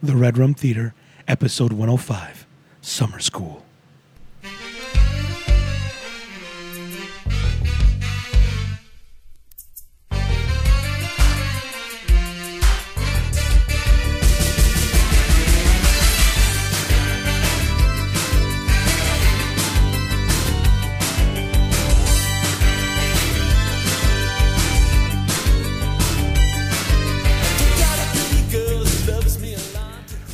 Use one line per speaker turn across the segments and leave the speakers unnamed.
The Red Rum Theater, Episode 105 Summer School.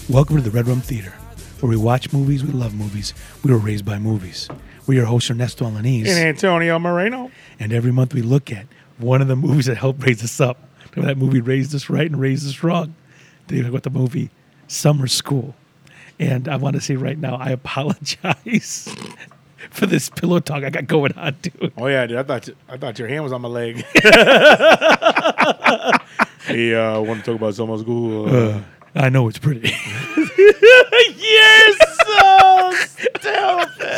Welcome to the Red Rum Theater, where we watch movies, we love movies, we were raised by movies. We're your hosts, Ernesto
and
Alaniz,
Antonio Moreno.
and every month we look at one of the movies that helped raise us up. Remember that movie raised us right and raised us wrong. Today we got the movie Summer School. And I want to say right now, I apologize for this pillow talk I got going on, dude.
Oh yeah, dude. I thought I thought your hand was on my leg. hey, uh, want to talk about summer school?
Uh,
Uh,
I know it's pretty.
You're so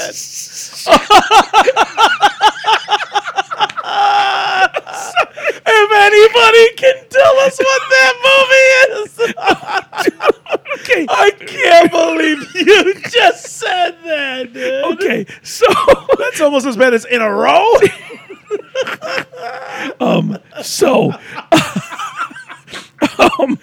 stupid. if anybody can tell us what that movie is,
okay.
I can't believe you just said that, dude.
Okay. So
that's almost as bad as in a row.
um so um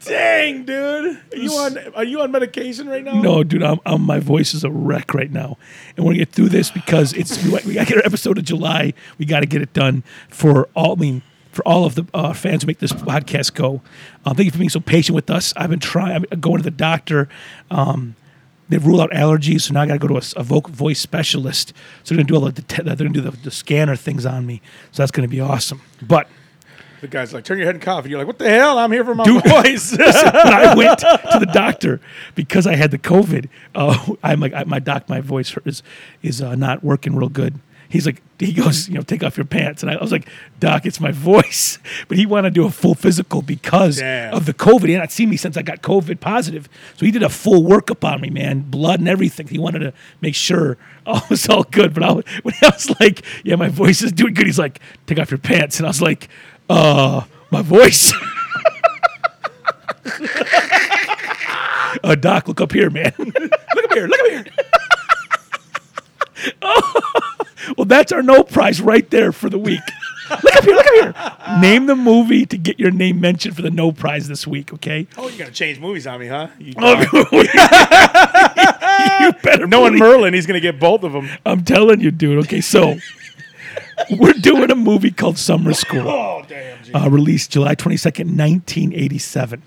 Dang, dude. Are you on Are you on medication right now?
no dude I'm, I'm my voice is a wreck right now and we're gonna get through this because it's we, we gotta get our episode of july we gotta get it done for all i mean for all of the uh, fans who make this podcast go uh, thank you for being so patient with us i've been trying i'm going to the doctor um they rule out allergies, so now I got to go to a, s- a voc- voice specialist. So they're gonna do all the det- they're gonna do the, the scanner things on me. So that's gonna be awesome. But
The guy's like, turn your head and cough, and you're like, what the hell? I'm here for my
Dude.
voice.
when I went to the doctor because I had the COVID, uh, I'm like, I, my doc, my voice hurt- is is uh, not working real good. He's like, he goes, you know, take off your pants, and I was like, doc, it's my voice. But he wanted to do a full physical because
Damn.
of the COVID. He had not seen me since I got COVID positive, so he did a full workup on me, man, blood and everything. He wanted to make sure all was all good. But I, was- when I was like, yeah, my voice is doing good, he's like, take off your pants, and I was like, uh, my voice. uh, Doc, look up here, man. look up here. Look up here. oh, well, that's our no prize right there for the week. look up here. Look up here. Name the movie to get your name mentioned for the no prize this week, okay?
oh, you gotta change movies on me, huh? You,
you better
no one
believe-
Merlin. He's gonna get both of them.
I'm telling you, dude. Okay, so we're doing a movie called Summer School.
Oh damn. G.
uh, released July 22nd, 1987.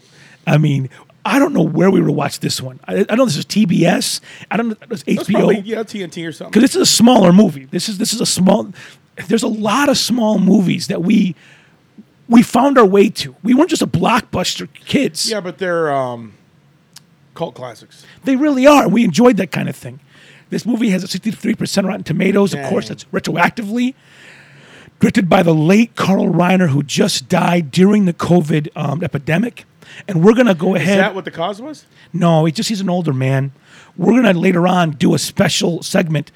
I mean, I don't know where we were to watch this one. I, I don't know if this is TBS. I don't know if it was
That's probably
HBO.
yeah TNT or something.
Because this is a smaller movie. This is this is a small. There's a lot of small movies that we we found our way to. We weren't just a blockbuster kids.
Yeah, but they're um, cult classics.
They really are. We enjoyed that kind of thing. This movie has a 63% Rotten Tomatoes. Of course,
Dang.
that's retroactively. Directed by the late Carl Reiner, who just died during the COVID um, epidemic. And we're going to go
Is
ahead.
that what the cause was?
No, he just he's an older man. We're gonna later on do a special segment.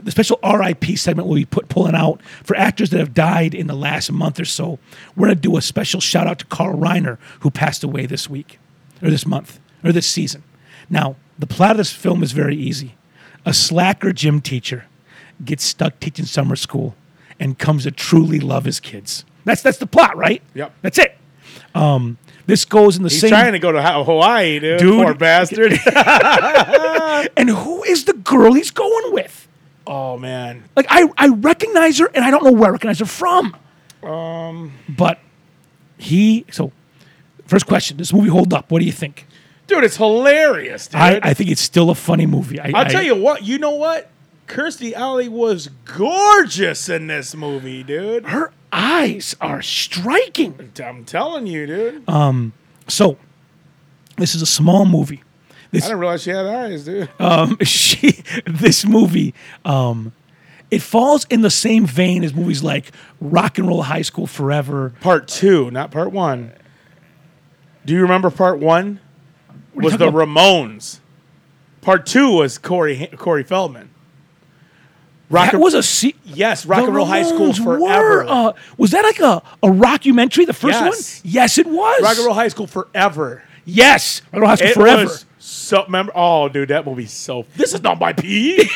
The special RIP segment will be put pulling out for actors that have died in the last month or so. We're gonna do a special shout out to Carl Reiner, who passed away this week, or this month, or this season. Now, the plot of this film is very easy. A slacker gym teacher gets stuck teaching summer school and comes to truly love his kids. That's that's the plot, right?
Yep.
That's it. Um, this goes in the
He's
same
trying to go to Ha- Hawaii, dude.
Dude.
Poor bastard.
and who is the girl he's going with?
oh man,
Like I, I recognize her and I don't know where I recognize her from.
Um,
But he so first question, this movie hold up. What do you think?
dude, it's hilarious, dude.
I, I think it's still a funny movie. I,
I'll tell you what. You know what? Kirstie Alley was gorgeous in this movie, dude.
her eyes are striking.
I'm telling you, dude.
Uh, So this is a small movie.
I
This
didn't realize she had eyes, dude.
um she this movie um it falls in the same vein as movies like Rock and Roll High School Forever.
part two, not part one. Do you remember part one?
you
Was the
talking about?
Ramones. Part two was Corey Ha- Corey Feldman. Rock
That
and-
was a se-
yes, Rock
The
and Roll High School
Ramones were,
forever.
uh, was that like a, a rockumentary, the first
Yes.
one? Yes, it was.
Rock and Roll High School forever.
Yes, I don't have to
It
forever.
was so remember. Oh, dude, that movie's so. This is not my pee.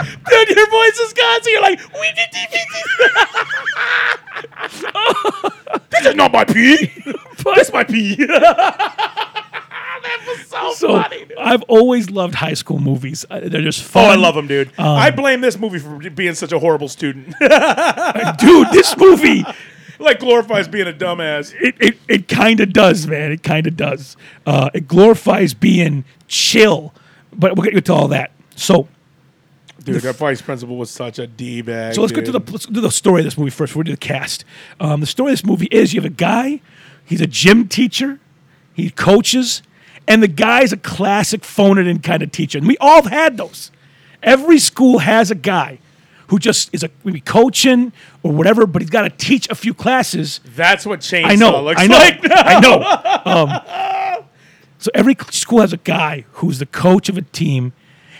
Dude, your voice is gone, so you're like, we did
this is not my pee.
That's my pee.
so,
so
funny. Dude.
I've always loved high school movies. Uh, They're just
Oh,
fun.
I love him, dude.
Um,
I blame this movie for being such a horrible student.
dude. This movie,
like glorifies being a dumbass.
it it, it kind of does, man. It kind of does. Uh, it glorifies being chill, but we'll get to all that. So,
Dude, that vice principal was such a d bag.
so let's get to the let's do the story of this movie first. We'll do the cast. Um, the story of this movie is you have a guy. He's a gym teacher. He coaches, and the guy's a classic phone it in kind of teacher. And we all have had those. Every school has a guy who just is a maybe coaching or whatever, but he's got to teach a few classes.
That's what chainsaw
I know.
looks
I know.
like.
I know. Um, so every c- school has a guy who's the coach of a team,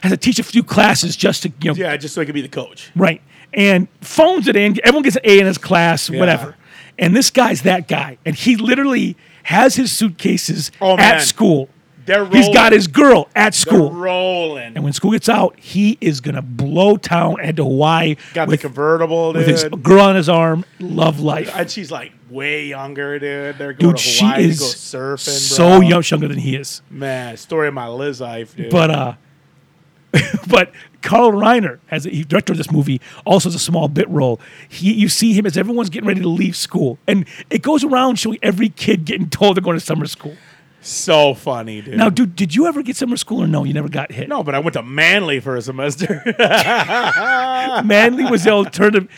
has to teach a few classes just to you know
Yeah, just so he could be the coach.
right, and phones it in. Everyone gets an A in his class, whatever. And this guy's that guy, and he literally has his suitcases
Oh,
at
man.
school.
They're
He's got
rolling.
his girl at school.
Rolling.
and when school gets out, he is gonna blow town and head to Hawaii
Got
with,
the convertible,
with
dude.
his girl on his arm. Love life.
and she's like way younger, dude. They're going
Dude,
to
she
Hawaii
is
to go surfing.
so
bro.
young, younger than he is.
Man, story of my Liz life, dude.
But uh, but Carl Reiner, as the director of this movie, also has a small bit role. He, you see him as everyone's getting ready to leave school, and it goes around showing every kid getting told they're going to summer school.
so funny, dude.
Now, dude, did you ever get summer school or no? You never got hit.
no, but I went to Manly for a semester.
Manly was the alternative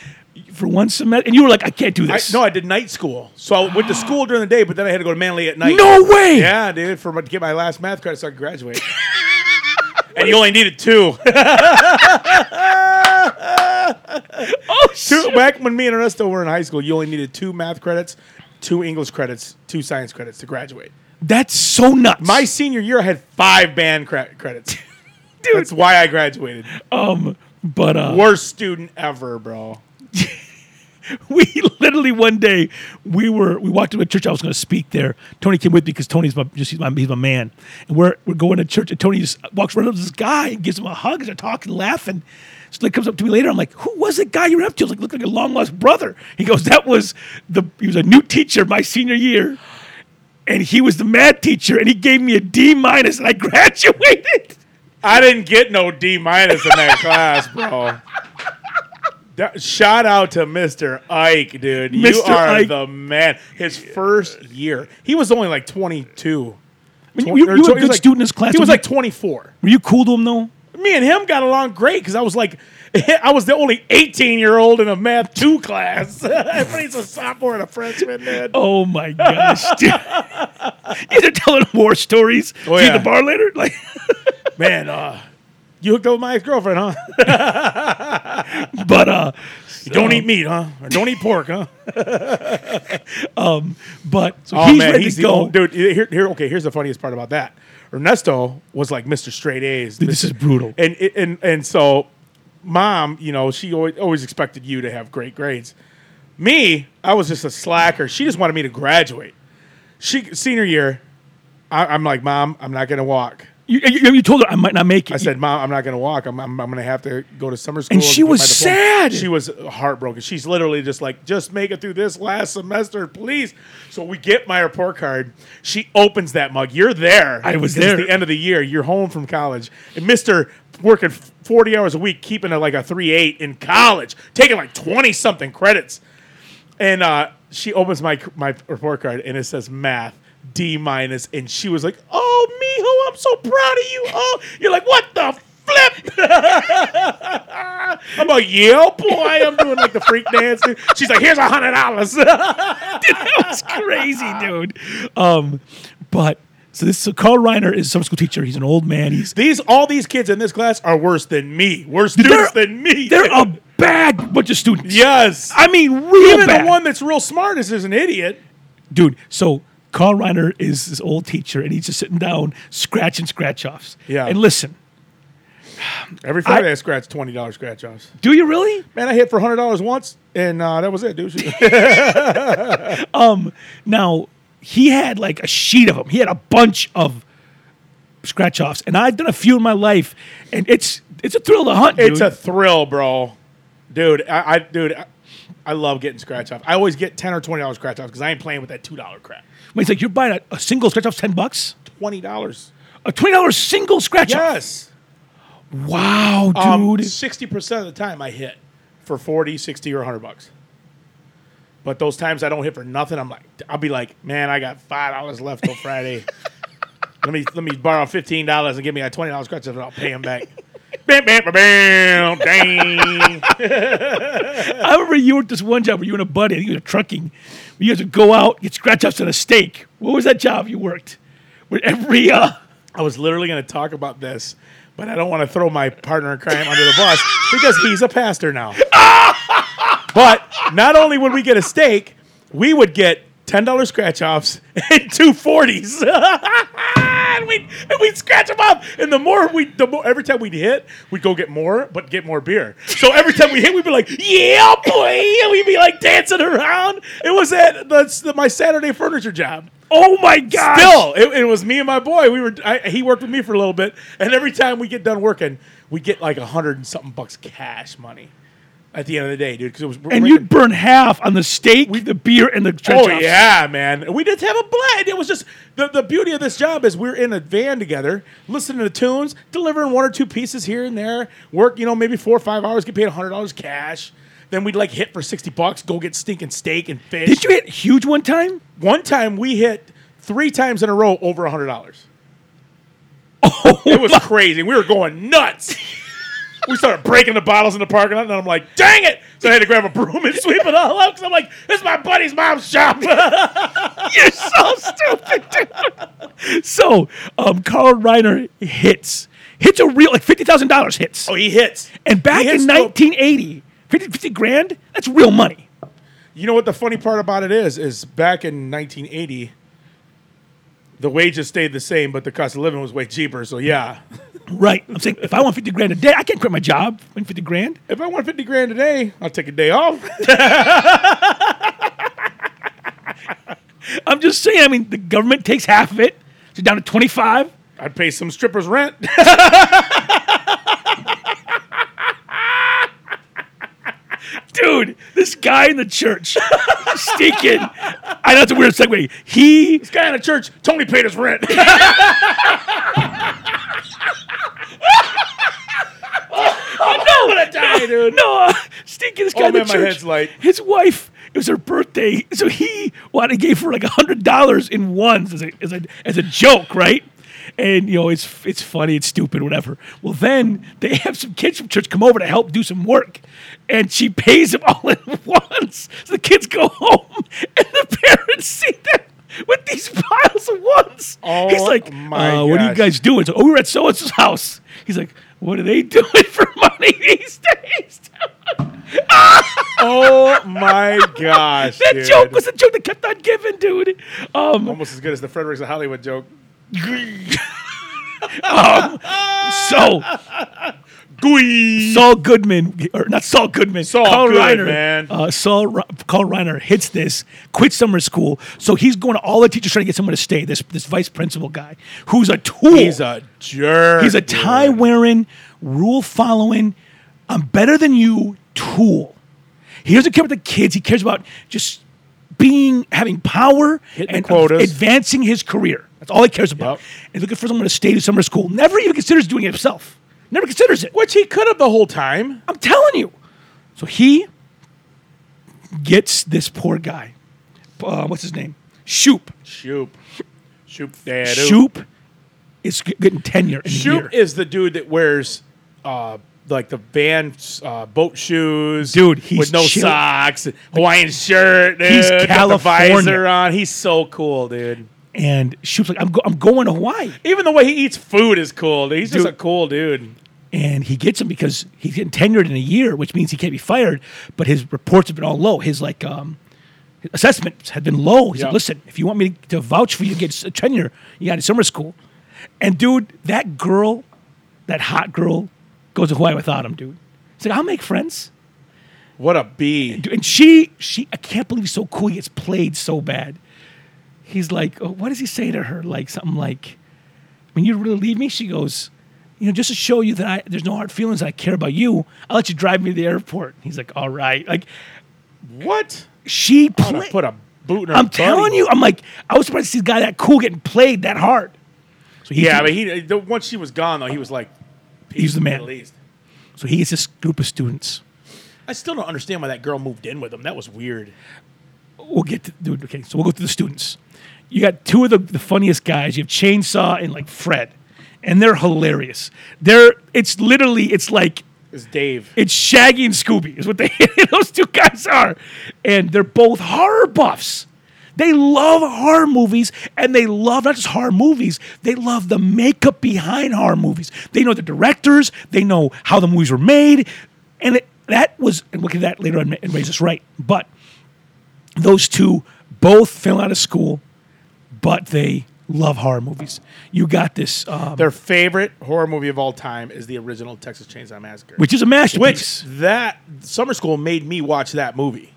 for one semester, and you were like, I can't do
I,
this.
no, I did night school. So I went to school during the day, but then I had to go to Manly at night.
no way.
Yeah, dude, for my, to get my last math credit so I could graduate. and you only needed two.
Oh shit.
two. Back when me and Ernesto were in high school, you only needed two math credits, two English credits, two science credits to graduate.
That's so nuts.
My senior year, I had five band cre- credits. Dude. That's why I graduated.
um, but uh,
Worst student ever, bro.
we literally one day we were we walked to a church. I was going to speak there. Tony came with me because Tony's my just he's my he's my man. And we're we're going to church, and Tony just walks right up to this guy and gives him a hug. and They're talking, laughing. So he comes up to me later. I'm like, "Who was that guy you were up to?" I was like, "Looked like a long lost brother." He goes, "That was the he was a new teacher my senior year, and he was the math teacher, and he gave me a D minus, and I graduated."
I didn't get no D minus in that class, bro. That- shout out to Mr. Ike, dude. You
Mr.
are
Ike.
the man. His first year, he was only like 22.
I mean,
Twen-
you,
or
you
tw-
were a
he was
good
like-
student in his class.
He was
Were you-
like 24.
"Were you cool to him though?"
Me and him got along great because I was like, I was the only 18 year old in a math two class. Everybody's a sophomore and a freshman, man.
Oh my gosh, dude. You're telling war stories.
Oh,
See
yeah.
the bar later? Like,
Man, uh, you hooked up with my ex girlfriend, huh?
but uh,
You don't eat meat, huh? Or don't eat pork, huh?
but so
Oh
he's
man,
ready
he's
to
the
go.
old- dude. Here, here, okay. Here's the funniest part about that. Ernesto was like Mr. Straight A's.
Dude, this is brutal.
And and and so, mom, you know, she always, always expected you to have great grades. Me, I was just a slacker. She just wanted me to graduate. She senior year, I, I'm like, mom, I'm not gonna walk.
You, you, you told her I might not make it.
I said, Mom, I'm not going to walk. I'm, I'm, I'm going to have to go to summer school.
And she
get my
was
diploma."
sad.
She was heartbroken. She's literally just like, just make it through this last semester, please. So we get my report card. She opens that mug. You're there.
I was
Because
there.
It's the end of the year. You're home from college. And Mr. working 40 hours a week, keeping it like a 3 8 in college, taking like 20 something credits. And uh, she opens my my report card and it says math D minus, and she was like, "Oh, Mijo, I'm so proud of you. Oh, you're like what the." Flip! I'm like, yeah, boy. I'm doing like the freak dance. dude. She's like, here's a hundred dollars.
that was crazy, dude. Um, but so this so Carl Reiner is a summer school teacher. He's an old man. He's
These all these kids in this class are worse than me. Worse students than me.
they're a bad bunch of students.
yes.
I mean, real
Even
bad.
the one that's real smart is, is an idiot.
dude. So Carl Reiner is this old teacher, and he's just sitting down, scratching scratch offs.
Yeah.
And listen,
Every Friday I, scratch twenty dollars scratch offs.
Do you really?
Man, I hit for hundred dollars once, and uh, that was it, dude.
Now, he had like a sheet of them. He had a bunch of scratch offs, and I've done a few in my life, and it's it's a thrill to hunt. Dude.
it's a thrill, bro. Dude, I, I dude, I, I love getting scratch off. I always get ten or twenty dollars scratch off because I ain't playing with that two dollar crap.
Wait, it's like you're buying a, a single scratch off ten bucks,
Twenty dollars.
a twenty dollars single scratch off.
Yes.
Wow, dude.
Um, Sixty percent of the time I hit for 40, 60, or hundred bucks. But those times I don't hit for nothing, I'm like, I'll be like, man, I got five dollars left till Friday. let me let me borrow fifteen dollars and give me a twenty dollars scratch off, and I'll pay him back. bam, bam, bam, bam, dang.
I remember you were at this one job where you and a buddy, I think you were trucking. You had to go out get scratch offs on a stake. What was that job you worked? Where every uh,
I was literally going to talk about this, but I don't want to throw my partner in crime under the bus because he's a pastor now. but not only would we get a steak, we would get ten dollars scratch offs and two forties. and we and we'd scratch them up, and the more we, the more every time we'd hit, we'd go get more, but get more beer. So every time we hit, we'd be like, "Yeah, boy!" and we'd be like dancing around. It was at the, the my Saturday furniture job.
oh my god!
Bill, it, it was me and my boy. We were I, he worked with me for a little bit, and every time we get done working, we get like a hundred and something bucks cash money at the end of the day, dude. Because it was
and you'd burn half on the steak, the beer, and the scratch
Oh
offs.
yeah, man. We just have a blend. It was just the, the beauty of this job is we're in a van together, listening to tunes, delivering one or two pieces here and there. Work, you know, maybe four or five hours, get paid hundred dollars cash. Then we'd like hit for sixty bucks, go get stinking steak and fish.
Did you hit huge one time?
One time we hit three times in a row over hundred dollars. Oh, it was crazy. We were going nuts. we started breaking the bottles in the parking lot, and I'm like, "Dang it!" So I had to grab a broom and sweep it all up because I'm like, "This is my buddy's mom's shop."
You're so stupid, dude. So, um, Carl Reiner hits hits a real like fifty thousand dollars hits,
oh, he hits.
and back
he hits
in
the-
1980, 50, 50 grand that's real money.
You know what the funny part about it is? Is back in 1980, the wages stayed the same, but the cost of living was way cheaper. So yeah,
Right. I'm saying if I want 50 grand a day, I can't quit my job. Win 50 grand.
if I want 50 grand a day, I'll take a day off.
I'm just saying, I mean, the government takes half of it, so down to 25.
I'd pay some strippers rent.
Dude, this guy in the church, stinking. I know it's a weird segue. He
this guy in the church, Tony paid his rent.
Oh, no, I'm gonna
die, dude.
No, uh, stinking this guy
Oh,
in the
man, my
church.
head's light.
His wife. It was her birthday, so he wanted gave her like hundred dollars in ones as a, as a as a joke, right? And you know it's it's funny, it's stupid, whatever. Well, then they have some kids from church come over to help do some work, and she pays them all at once. So the kids go home, and the parents see them with these piles of ones.
Oh,
He's like,
my
uh, "What do you guys?"
gosh.
guys doing? So, oh, we were at so and so's house. He's like, what are they doing for money these days?
oh my gosh,
that
dude.
joke was a joke that kept on giving, dude. Um,
almost as good as the Fredericks of Hollywood joke.
so
Gooey.
Saul Goodman, or not Saul Goodman,
Saul
Carl
Good,
Reiner,
man.
Uh, Saul Re- Carl Reiner hits this, quits summer school, so he's going to all the teachers trying to get someone to stay. This this vice principal guy, who's a tool.
He's a jerk.
He's a tie wearing, rule following, I'm better than you tool. He doesn't care about the kids. He cares about just being having power
Hitting the
and
quotas.
advancing his career. That's all he cares about.
Yep.
And looking for someone to stay to summer school. Never even considers doing it himself. Never considers it.
Which he could have the whole time.
I'm telling you. So he gets this poor guy. Uh, what's his name? Shoop.
Shoop. Shoop. Dad.
Shoop is g- getting tenure. In
Shoop
a year.
is the dude that wears uh, like the van uh, boat shoes,
Dude, he's
with no
chill.
socks, Hawaiian shirt. Dude,
He's
got the
California.
visor on. He's so cool, dude.
and Shoop's like, I'm, go- I'm going to Hawaii.
Even the way he eats food is cool. Dude. He's just
Dude.
a cool dude.
and he gets him because he's getting tenured in a year, which means he can't be fired. But his reports have been all low. His like um, his assessments have been low. He's like,
Yeah.
listen, if you want me to, to vouch for you to get s- tenure, you got to summer school. And dude, that girl, that hot girl Goes to Hawaii without him, dude. He's like, I'll make friends.
What a B.
Dude, And she, she, I can't believe he's so cool. He gets played so bad. He's like, oh, what does he say to her? Like something like, when you really leave me, she goes, you know, just to show you that I, there's no hard feelings. I care about you. I'll let you drive me to the airport. He's like, all right. Like
What?
she
I'm
played.
gonna put a boot in her
I'm
buddy.
telling you, I'm like, I was surprised to see a guy that cool getting played that hard. So he's
Yeah,
the,
but he the, once she was gone though, he was like,
he's the
At
man.
least.
So he gets this group of students.
I still don't understand why that girl moved in with him. That was weird.
We'll get to dude. Okay, so we'll go through the students. You got two of the, the funniest guys. You have Chainsaw and like Fred, and they're hilarious. They're it's literally it's like
It's Dave.
It's Shaggy and Scooby is what they those two guys are, and they're both horror buffs. They love horror movies, and they love not just horror movies. They love the makeup behind horror movies. They know the directors. They know how the movies were made, and it, that was. And we'll get to that later on and raise us right. But those two both fell out of school, but they love horror movies. You got this, um,
Their favorite horror movie of all time is the original Texas Chainsaw Massacre.
which is a masterpiece.
Which that summer school made me watch that movie.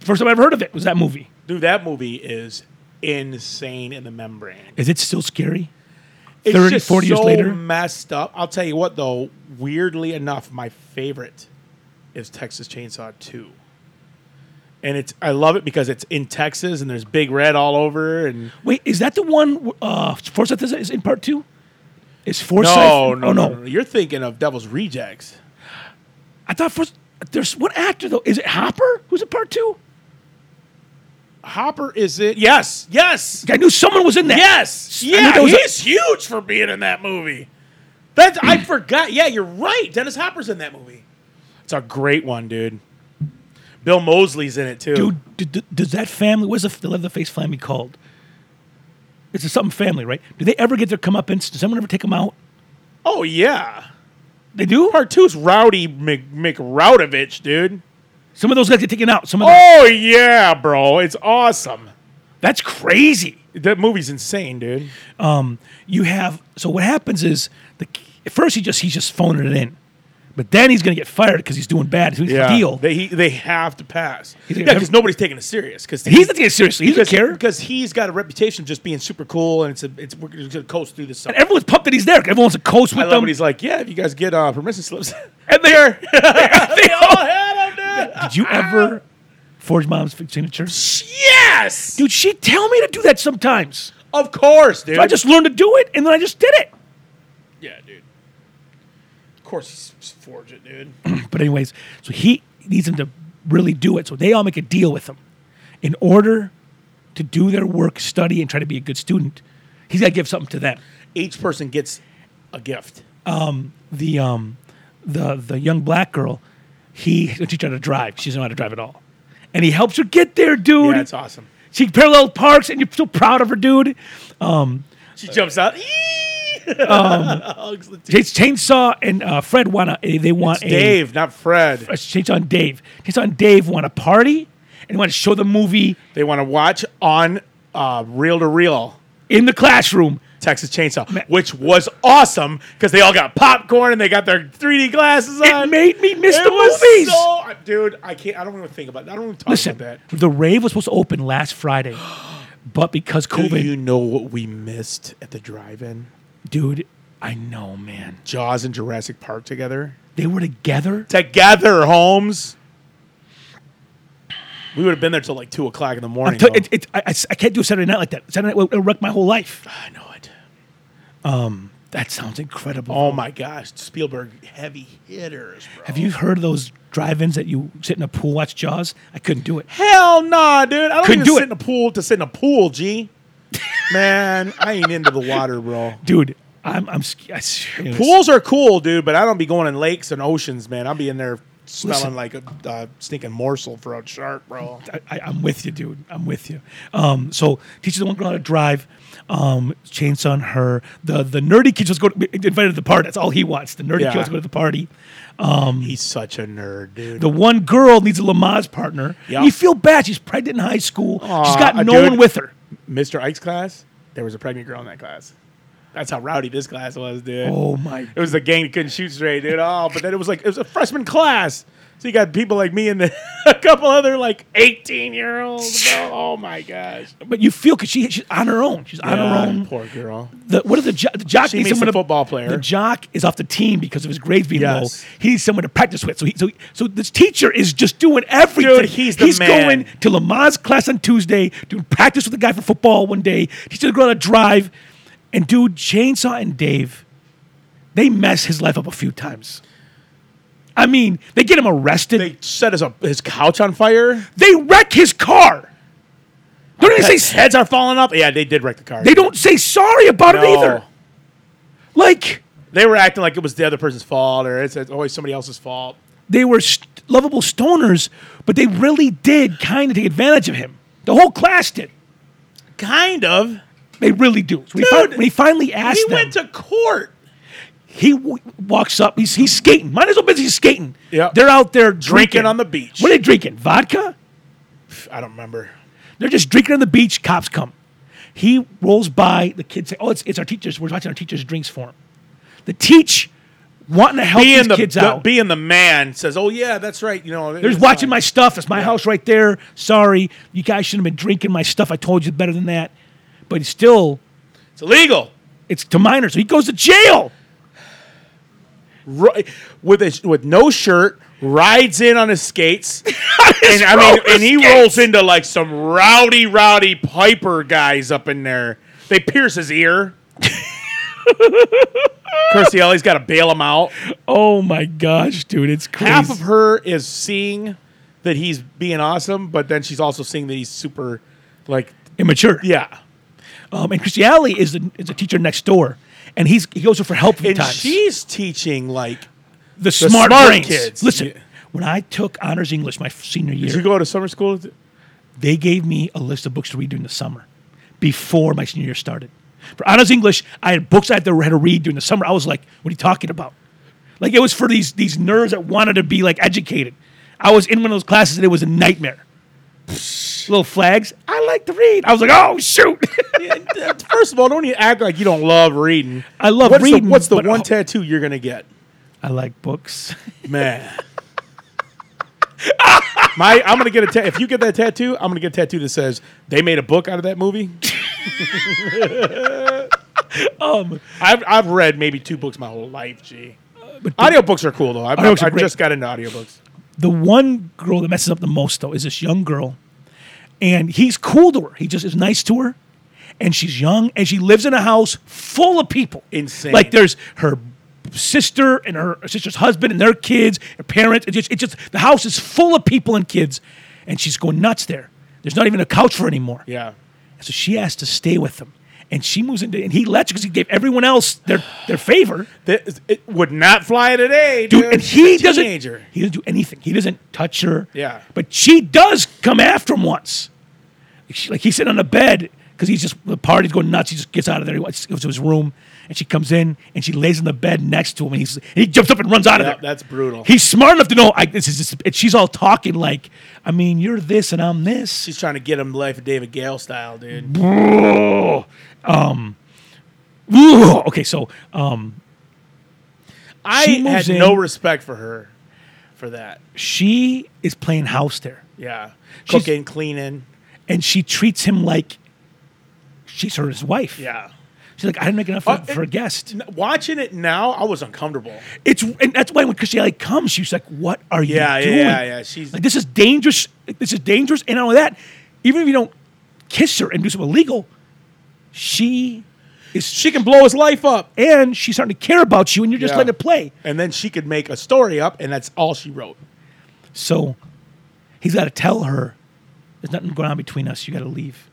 First time I ever heard of it was that movie.
Dude, that movie is insane in the membrane.
Is it still scary?
It's
30,
just
40 years
so
later?
messed up. I'll tell you what though, weirdly enough, my favorite is Texas Chainsaw 2. And it's I love it because it's in Texas and there's big red all over and
Wait, is that the one? Uh, Forsyth is, is in part two. Is Forsyth?
no,
oh,
no, no, no. You're thinking of Devil's Rejects.
I thought first. There's one actor though. Is it Hopper? Who's in part two?
Hopper is it? Yes, yes,
I knew someone was in that.
yes,
I knew
yeah.
there was a-
He's huge for being in that movie. That's I forgot. Yeah, you're right. Dennis Hopper's in that movie. It's a great one, dude. Bill Mosley's in it too.
Dude, d- d- does that family? What's the f- the leather face family called? It's a something family, right? Do they ever get their comeuppance? Does someone ever take them out?
Oh yeah.
They do.
Part two's Rowdy Mc, McRoutovich, dude.
Some of those guys get taken out. Some of them.
Oh yeah, bro. It's awesome.
That's crazy.
That movie's insane, dude.
um, you have so what happens is the at first he just he's just phoning it in, but then he's gonna get fired because he's doing bad. He's yeah. deal.
They he, they have to pass.
He's like,
yeah, because nobody's taking it serious. Because
he's not taking it seriously. He doesn't care.
because he's got a reputation of just being super cool, and it's a, it's we're gonna coast through this. Summer.
Everyone's pumped that he's there. 'cause Everyone's a coach
I
with
love
them.
when he's like, "Yeah, if you guys get uh, permission slips,
and they're
they all had them." Dude.
Did you ever forge mom's signature?
Yes,
Dude, she tell me to do that sometimes.
of course, dude.
I just learned to do it, and then I just did it.
yeah, dude. Of course, he's he's forged it, dude.
But anyways, so he needs him to really do it. So they all make a deal with him. In order to do their work, study, and try to be a good student, he's got to give something to them.
Each person gets a gift.
the um the the young black girl, he he'll teach her how to drive. She doesn't know how to drive at all. And he helps her get there, dude.
Yeah, it's awesome.
she parallel parks and you're so proud of her, dude. Um
She jumps out. Um, Hugs the t-
Chase- Chainsaw and uh, Fred wanna eh, they want a,
Dave, not Fred.
uh, Chainsaw and Dave. Chainsaw and Dave want a party and want to show the movie
They want to watch on uh, reel to reel.
in the classroom.
Texas Chainsaw, which was awesome because they all got popcorn and they got their 3D glasses
It
on.
made me miss
It
the
was
movies.
so- dude, I can't. I don't even think about. That. I don't even talk
Listen,
about that.
the rave was supposed to open last Friday, but because
Do
COVID,
you know what we missed at the drive-in?
dude, I know, man.
Jaws and Jurassic Park together.
They were together.
Together, Holmes. We would have been there till like two o'clock in the morning.
Tell-
though.
it- it- I, I s- I can't do a Saturday night like that. Saturday night will, it'll wreck my whole life. Um,
I know it.
That sounds incredible.
Oh my gosh, Spielberg heavy hitters. Bro.
Have you heard of those drive-ins that you sit in a pool watch Jaws? I couldn't do it.
Hell nah, dude. I don't
Couldn't
even
do
sit
it.
in a pool to sit in a pool, G. Man, I ain't into the water, bro.
Dude, I'm I'm sc- I, serious.
Pools are cool, dude, but I don't be going in lakes and oceans, man. I'll be in there smelling
Listen.
like a uh, stinking morsel for a shark, bro.
I, I, I'm with you, dude. I'm with you. Um, so teaches the one girl how to drive. Um, chainsaw on her. The the nerdy kid just go to, invited to the party. That's all he wants. The nerdy
Yeah.
kid wants to go to the party.
He's such a nerd, dude.
The one girl needs a Lamaze partner.
Yeah.
You feel bad. She's pregnant in high school. She's got
Aw,
no
dude.
one with her.
Mr. Ike's class, there was a pregnant girl in that class. That's how rowdy this class was, dude.
Oh my!
It was the gang that couldn't shoot straight, dude. Oh, but then it was like it was a freshman class. So you got people like me and the, a couple other like eighteen year olds. bro. Oh my gosh,
But you feel because she, she's on her own. She's on her own.
poor girl.
The, what are the, jo- the jock
She
needs
meets
someone
the
to-
football player.
The jock is off the team because of his grades being
Yes.
low. He needs someone to practice with. So he, so he- so this teacher is just doing everything.
Dude, he's the man.
going to Lamont's class on Tuesday, doing practice with the guy for football one day. He's just going to drive, and dude, Chainsaw and Dave, they mess his life up a few times. I mean, they get him arrested.
They set his his couch on fire.
They wreck his car. They don't even
His
say
heads are falling up. Yeah, they did wreck the car.
they don't say sorry about it
No.
either. Like
They were acting like it was the other person's fault, or it's, it's always somebody else's fault.
they were st- lovable stoners, but they really did kind of take advantage of him. The whole class did.
Kind of.
They really do. So when, he fin-
Dude,
when he finally asked
He
them,
went to court.
he w- walks up. He's he's skating. Might as well busy skating.
Yep.
They're out there
Drinking
drinking,
on the beach.
What are they drinking? Vodka.
I don't remember.
They're just drinking on the beach. Cops come. He rolls by. The kids say, "Oh, it's, it's our teachers. We're watching our teachers' drinks for him." The teach wanting to help
Being
these
the,
kids
the-
out.
being the man says, "Oh yeah, that's right." You know,
They're just watching my stuff. It's my house right there. Sorry, you guys shouldn't have been drinking my stuff. I told you better than that. But still,
It's illegal.
it's to minors. So he goes to jail.
Ri- with his, with no shirt, rides in on his skates, and I mean,
roller
and he
skates.
rolls into like some rowdy, rowdy Piper guys up in there. They pierce his ear. Curcielli's got to bail him out.
Oh my gosh, dude, it's crazy.
Half of her is seeing that he's being awesome, but then she's also seeing that he's super, like,
immature.
yeah.
Um, and Christiali is the, is a teacher next door, and he's he goes for help. a few
And
times.
she's teaching like
the smart,
smart
brains.
kids.
Listen,
Yeah.
when I took honors English my f- senior year,
Did you go to summer school?
they gave me a list of books to read during the summer before my senior year started. For honors English, I had books I had to, had to read during the summer. I was like, what are you talking about? Like, it was for these, these nerds that wanted to be like educated. I was in one of those classes and it was a nightmare. Little flags, I like to read. I was like, oh, shoot.
First of all, don't you act like you don't love reading.
I love
what's
reading,
The, what's the
but-
one tattoo you're gonna get?
I like books.
Man. My, I'm gonna get a ta- if you get that tattoo, I'm gonna get a tattoo that says they made a book out of that movie.
Um,
I've I've read maybe two books my whole life. Gee,
Uh, But the,
audiobooks are cool though. I've,
Audiobooks
I've,
are
I've
great.
just got into audiobooks.
the one girl that messes up the most, though, is this young girl. And he's cool to her, he just is nice to her. And she's young and she lives in a house full of people.
Insane.
Like there's her sister and her sister's husband and their kids, her parents. It's just, it's just the house is full of people and kids, and she's going nuts there. There's not even a couch for her anymore.
Yeah,
So she has to stay with them, and she moves into and he lets because he gave everyone else their their favor,
Th- it would not fly today, dude.
dude. And he
It's a
doesn't
Teenager.
he doesn't do anything. He doesn't touch her.
Yeah.
but she does come after him once. Like, she- like he's sitting on the bed because he's just the party's going nuts. He just gets out of there. He goes to his room, and she comes in and she lays on the bed next to him, and he's and he jumps up and runs out of
Yeah,
there.
that's brutal.
He's smart enough to know. I, this is this, and she's all talking like, I mean, you're this and I'm this.
She's trying to get him life of David Gale style, dude.
Oh, um, ooh. okay. So, um,
I
She moves
had
in.
no respect for her for that.
she is playing house there,
Yeah,
She's-
cooking, cleaning.
and she treats him like she's her his wife.
Yeah,
She's like, I didn't make enough for,
Uh,
for a guest.
N- watching it now, I was uncomfortable.
It's and that's why when Christiane comes, she's like, "What are you
Yeah, yeah,
doing?
yeah, yeah. She's-
like, this is dangerous. This is dangerous." And not only that, even if you don't kiss her and do something illegal, she is
She can blow his life up.
and she's starting to care about you, and you're just
Yeah.
letting it play.
and then she could make a story up, and that's all she wrote.
So he's got to tell her there's nothing going on between us. You got to leave.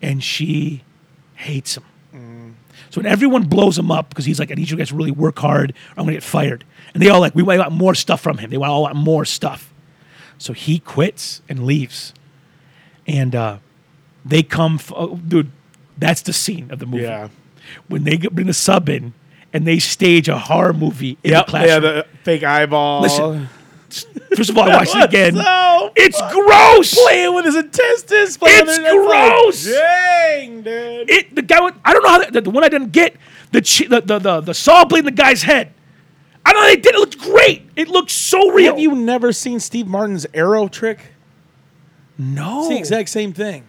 And she hates him.
Mm.
So when everyone blows him up because he's like, I need you guys to really work hard or I'm going to get fired. And they all like, we want more stuff from him. They want all want more stuff. So he quits and leaves. And uh, they come, f- oh, dude, that's the scene of the movie.
Yeah.
When they get- bring the sub in and they stage a horror movie in the
yeah,
classroom.
the uh, fake eyeball.
Listen, First of all, I watched it again.
So
It's gross.
playing with his intestines. playing
It's
with it, that's like,
gross.
dang, dude.
It the guy with, I don't know how the, the one I didn't get the, chi- the, the, the, the saw blade in the guy's head. I don't know. They did. It looked great. It looked so real.
Have you never seen Steve Martin's arrow trick?
no.
It's the exact same thing.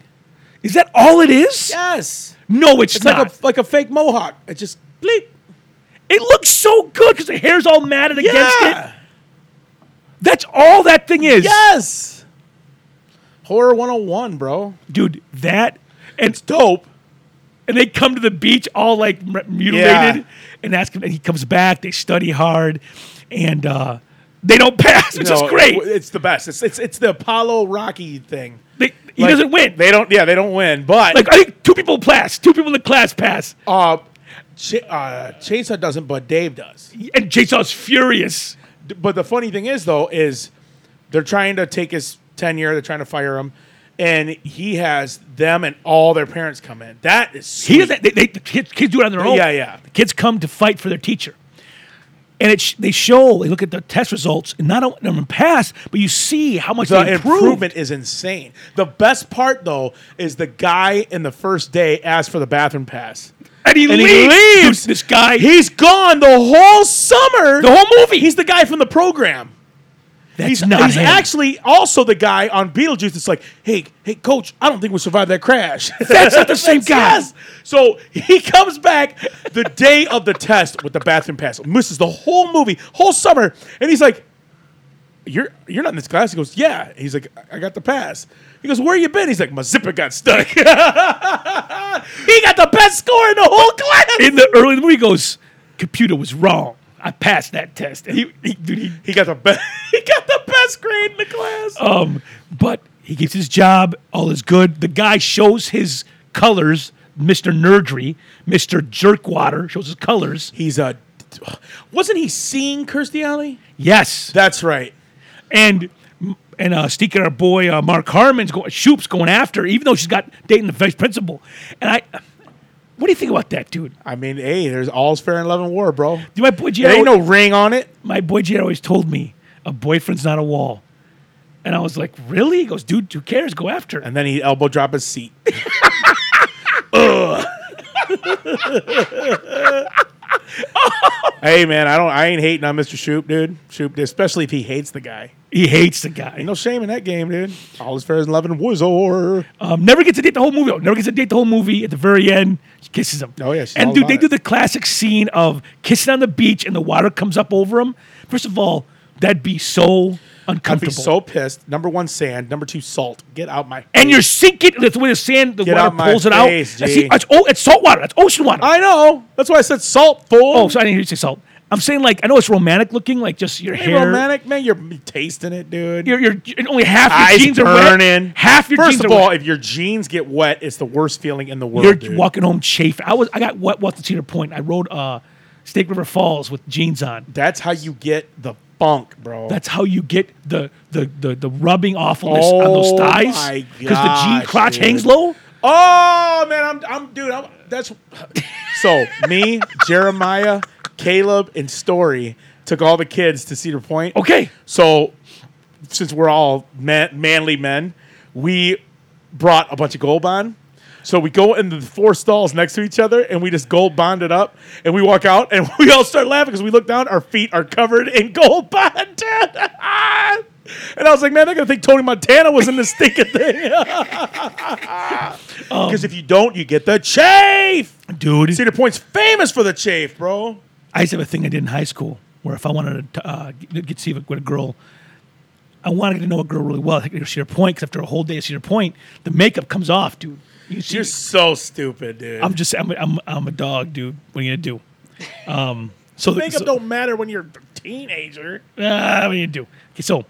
Is that all it is?
Yes.
No, it's,
It's
not.
like a like a fake mohawk. It just bleep.
it looks so good because the hair's all matted against it.
Yeah.
That's all that thing is,
Yes. Horror 101, bro.
dude. That and
Dope.
and they come to the beach all like m- mutilated
Yeah.
and ask him, and he comes back. They study hard, and uh, they don't pass, which
No,
is great.
it- it's the best. It's it's it's the Apollo Rocky thing.
They, he
Like,
doesn't win.
They don't. Yeah, they don't win. But
like I think two people pass, two people in the class pass,
uh, Ch- uh, Chainsaw doesn't, but Dave does.
and Jason's furious.
D- But the funny thing is, though, is they're trying to take his tenure. They're trying to fire him, and he has them and all their parents come in. That is
He
sweet.
doesn't. They, they, the kids, kids do it on their own.
Yeah, yeah.
The kids come to fight for their teacher, and it sh- they show. They look at the test results, and not only them pass, but you see how much
the
they improved.
improvement is insane. The best part though is the guy in the first day asked for the bathroom pass.
And he
And
leaves.
he leaves.
Dude, this guy.
He's gone the whole summer.
the whole movie.
He's the guy from the program.
that's
He's,
not
he's
him.
actually also the guy on Beetlejuice. It's like, hey, hey, coach, I don't think we survived that crash.
That's not the same guy.
Yes. So he comes back the day of the test with the bathroom pass, misses the whole movie, whole summer, and he's like, "You're you're not in this class." He goes, "Yeah." He's like, "I- "I got the pass." He goes, "Where you been?" He's like, "My zipper got stuck." he got the best score in the whole class.
in the early movie he goes, computer was wrong. I passed that test. And he, he, dude, he,
he got the best. he got the best grade in the class.
um, but he gets his job. All is good. The guy shows his colors. Mr. Nerdry, Mr. Jerkwater shows his colors.
He's a. Wasn't he seeing Kirstie Alley?
Yes,
That's right.
and and uh, sneaking our boy uh, Mark Harmon's going, Shoop's going after, her, even though she's got dating the vice principal. And I, what do you think about that, dude?
I mean, hey, there's all's fair in love and war, bro.
Dude, My boy Jared,
There ain't no ring on it.
my boy Jared always told me a boyfriend's not a wall, and I was like, really? He goes, dude, who cares? Go after. her."
And then he elbow drop his seat. Ugh. hey man, I don't I ain't hating on Mr. Shoop, dude. Shoop, especially if he hates the guy.
He hates the guy.
Ain't no shame in that game, dude. All is fair in love and war's or
Um, never gets to date the whole movie. though. Never gets to date the whole movie. At the very end, she kisses him.
Oh, yeah, she's
and
all
dude,
about
they
it.
do the classic scene of kissing on the beach and the water comes up over him. First of all, that'd be so
I'd be
uncomfortable.
so pissed. Number one, sand. Number two, salt. Get out my
and you're sinking. That's when the sand, the
Get out
water
my
pulls it out.
face,
That's,
G.
the- that's, oh, it's salt water. That's ocean water.
I know. That's why I said salt, fool.
oh, so I didn't hear you say salt. I'm saying like I know it's romantic looking, like just your
Hey,
hair.
romantic, man. You're tasting it, dude.
You're, you're, and only half your
Eyes
jeans are
burning.
wet. Half your
First
jeans
of
are
all,
wet.
if your jeans get wet, it's the worst feeling in the world.
You're
dude.
walking home chafed. I was I got wet walking to Cedar Point. I rode uh, Snake River Falls with jeans on.
That's how you get the funk, bro.
That's how you get the the the, the rubbing awfulness on
Oh
those
my
thighs the jean
gosh,
crotch
dude.
hangs low.
oh man, I'm I'm dude. I'm that's so me, Jeremiah, Caleb, and Story took all the kids to Cedar Point.
Okay,
So since we're all man, manly men, we brought a bunch of gold bond. So we go in the four stalls next to each other, and we just gold bonded up, and we walk out, and we all start laughing because we look down, our feet are covered in gold bond. And I was like, man, they're gonna think Tony Montana was in this stinking thing.
Um,
Because if you don't, you get the chafe.
dude.
Cedar Point's famous for the chafe, bro.
I used to have a thing I did in high school where if I wanted to uh, get get see if with a girl, I wanted to know a girl really well. I think to Cedar Point because after a whole day at Cedar Point, the makeup comes off, dude. You see,
You're so stupid, dude.
I'm just I'm, I'm I'm a dog, dude. What are you gonna do? Um, so the,
Makeup
so-
don't matter when you're a teenager.
Ah, what do you do? Okay, so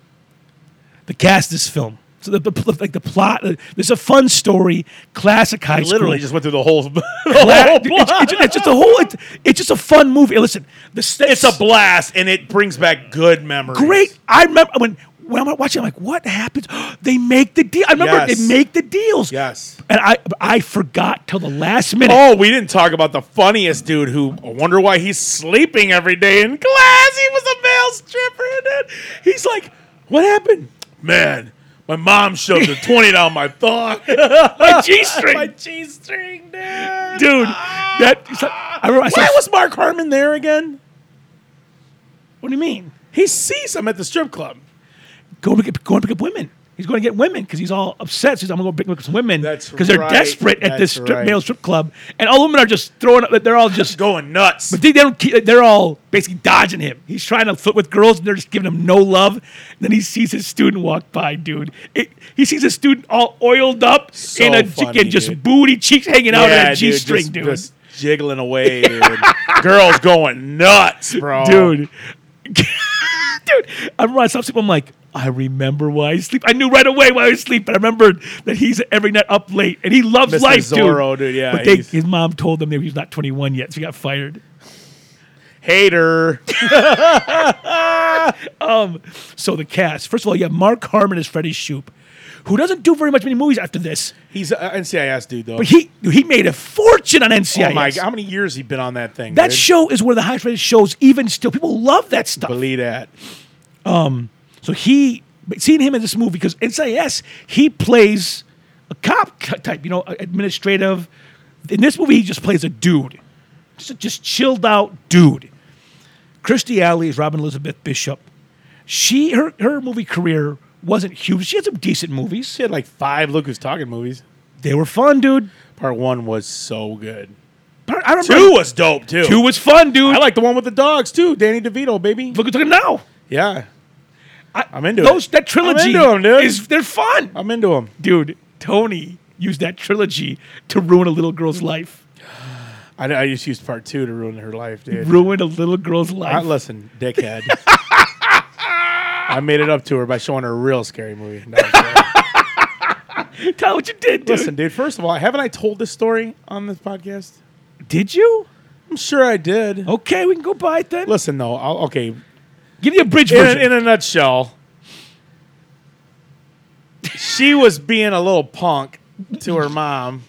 the cast of this film. So the, the like the plot. Uh, there's a fun story, classic high school.
literally just Oh, went through the whole. the
Cla-
whole
it's, it's, it's just a whole. It's, it's just a fun movie. Hey, Listen, the set-
it's a blast, and it brings back good memories.
great. I remember when when I'm watching. I'm like, what happens? they make the deal. I remember
Yes.
they make the deals.
Yes.
And I I forgot till the last minute.
Oh, we didn't talk about the funniest dude who I wonder why he's sleeping every day in Oh. class. He was a male stripper, and then he's like, "What happened, man? My mom shoved a 20 down my thong.
My G string,
G string, dude.
dude. That I remember. I saw,
Why was Mark Harmon there again?
what do you mean?
He sees him at the strip club.
Go to get, go and pick up women. He's going to get women because he's all upset. So he's, I'm going to go pick up some women
That's
because they're
right.
desperate at this
That's
strip,
right.
male strip club, and all women are just throwing up. They're all just
Going nuts.
But they, they don't. Keep, they're all basically dodging him. He's trying to flirt with girls, and they're just giving him no love. And then he sees his student walk by, dude. It, he sees his student all oiled up
So
in a
funny,
and just
dude.
booty cheeks hanging out in a
dude,
g string,
just-
dude.
Just jiggling away, dude. Girls going nuts, bro.
dude. dude, I remember I stopped sleep. I'm like, I remember why I sleep. I knew right away why I was sleeping. I remembered that he's every night up late and he loves
Mr.
life,
Zorro,
dude.
dude, yeah,
but they,
he's-
his mom told him that he was not 21 yet, so he got fired.
Hater.
So the cast, first of all, you have Mark Harmon as Freddie Shoop, who doesn't do very much many movies after this,
He's uh, an NCIS dude, though.
but he he made a fortune on NCIS.
oh, my God. How many years he been on that thing?
That
dude?
show is one of the highest rated shows, even still. People love that stuff.
Believe that.
So he but seeing him in this movie because NCIS he plays a cop c- type, you know, a- administrative. In this movie, he just plays a dude, just a just chilled out dude. Christy Alley is Robin Elizabeth Bishop. She her her movie career wasn't huge. She had some decent movies.
She had like five Look Who's Talking movies.
They were fun, dude.
Part one was so good.
But I remember
Two was dope, too.
two was fun, dude.
I like the one with the dogs, too. Danny DeVito, baby.
look at look at him now.
Yeah. I, am into
Those
it.
that trilogy
into 'em, dude.
is they're fun.
I'm into him.
dude, Tony used that trilogy to ruin a little girl's life.
I, I just used part two to ruin her life, dude.
Ruin a little girl's
I,
life.
listen, dickhead. I made it up to her by showing her a real scary movie. No, I'm kidding.
Tell what you did, dude.
listen, dude, first of all, haven't I told this story on this podcast?
Did you?
I'm sure I did.
Okay, we can go buy it then.
Listen, though, I'll, okay,
Give me a bridge
in
version.
a, in a nutshell, she was being a little punk to her mom,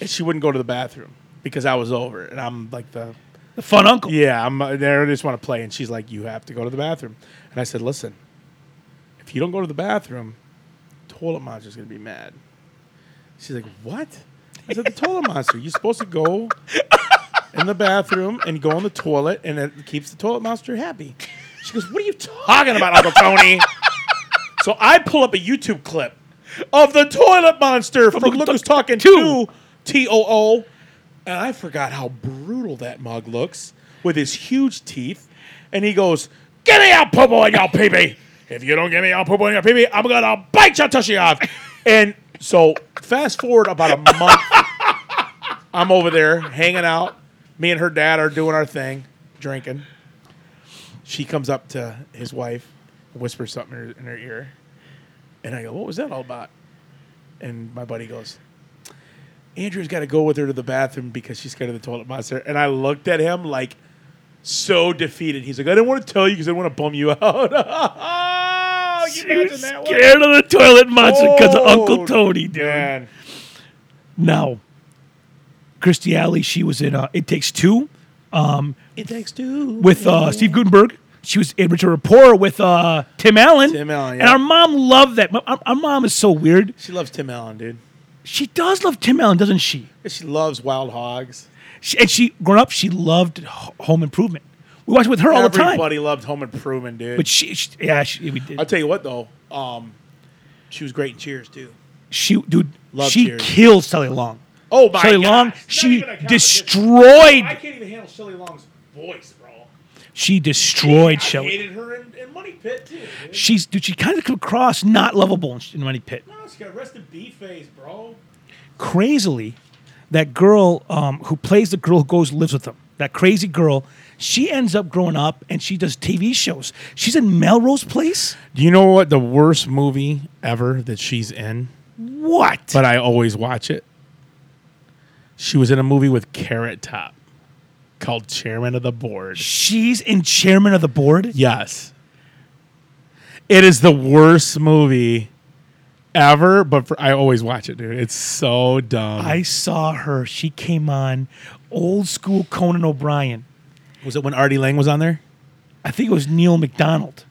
and she wouldn't go to the bathroom because I was over, it. and I'm like the
the fun uncle.
yeah, I'm uh, there. I just want to play, and she's like, "You have to go to the bathroom," and I said, "Listen, if you don't go to the bathroom, toilet monster's gonna be mad." She's like, "What?" I said, "The toilet monster. You're supposed to go in the bathroom and go on the toilet, and it keeps the toilet monster happy." She goes, "What are you talking about, Uncle Tony?" so I pull up a YouTube clip of the toilet monster from Look Who's Talking
Two.
Two, T O O, and I forgot how brutal that mug looks with his huge teeth, and he goes, "Get me out, poo and your pee If you don't get me out, poo and your pee I'm gonna bite your tushy off." And so, fast forward about a month. I'm over there hanging out. Me and her dad are doing our thing, drinking. She comes up to his wife, whispers something in her, in her ear. And I go, What was that all about? And my buddy goes, Andrew's got to go with her to the bathroom because she's scared of the toilet monster. And I looked at him like so defeated. He's like, I didn't want to tell you because I didn't want to bum you out. oh,
She
you
was
imagine that one?
scared of the toilet monster because of Uncle
Oh,
Tony, dude.
Man.
Now, Christy Alley, she was in uh, It Takes Two
It takes two.
with
Mm-hmm.
uh, Steve Gutenberg. She was in Richard Rapport with uh, Tim Allen.
Tim Allen,
And
yeah.
our mom loved that. My- Our, our mom is so weird.
she loves Tim Allen, dude.
She does love Tim Allen, doesn't she?
She loves wild hogs.
she and she, growing up, she loved H- Home Improvement. We watched it with her all the time.
Everybody loved Home Improvement, dude.
But she, she yeah, she, we did.
I'll tell you what though, um, she was great in Cheers too.
she dude
Love
she
Cheers.
killed Sally Long.
Oh my
Sally
God.
Long,
It's not
she
even a competition. I
destroyed
can't even handle Shelley Long's voice, bro.
she destroyed
I
Shelley.
hated her in, in Money Pit too. Dude.
She's dude, she kind of come across not lovable in- in Money Pit.
No, she got arrested B face, bro.
Crazily, that girl um, who plays the girl who goes lives with them, that crazy girl, she ends up growing up and she does TV shows. She's in Melrose Place.
Do you know what the worst movie ever that she's in?
What?
But I always watch it. She was in a movie with Carrot Top called Chairman of the Board.
She's in chairman of the board.
Yes. It is the worst movie ever, but for, I always watch it, dude. It's so dumb.
I saw her. She came on old school Conan O'Brien.
was it when Artie Lang was on there?
I think it was Neil McDonald.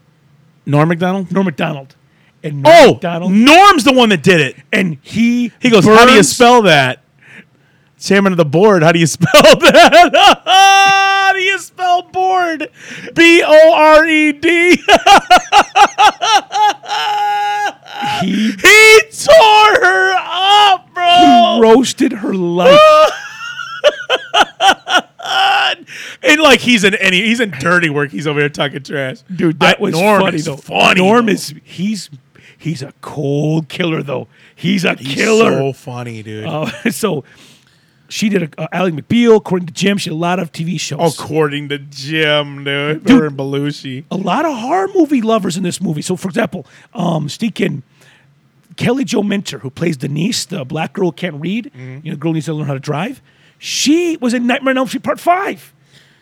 Norm McDonald?
Norm McDonald. and Norm
Oh,
Macdonald.
Norm's the one that did it.
and he
He goes, How do you
burns-
spell that? Chairman of the board, how do you spell that? how do you spell board? B O R E D.
He
He tore her up, bro.
roasted her life.
And like he's in any he's in dirty work. He's over here talking trash.
dude. That
I-
was
Norm
funny
is
though.
Funny.
Norm
though.
is he's he's a cold killer though. He's a
He's
killer.
So funny, dude.
Uh, So, she did a uh, Ally McBeal, according to Jim. She did a lot of TV shows.
Oh, According to Jim, dude.
Dude.
Her and Belushi.
a lot of horror movie lovers in this movie. So, for example, um, Steakin, Kelly Jo Minter, who plays Denise, the black girl who can't read,
Mm-hmm.
you know, girl needs to learn how to drive. She was in Nightmare on Elm Street Part Five,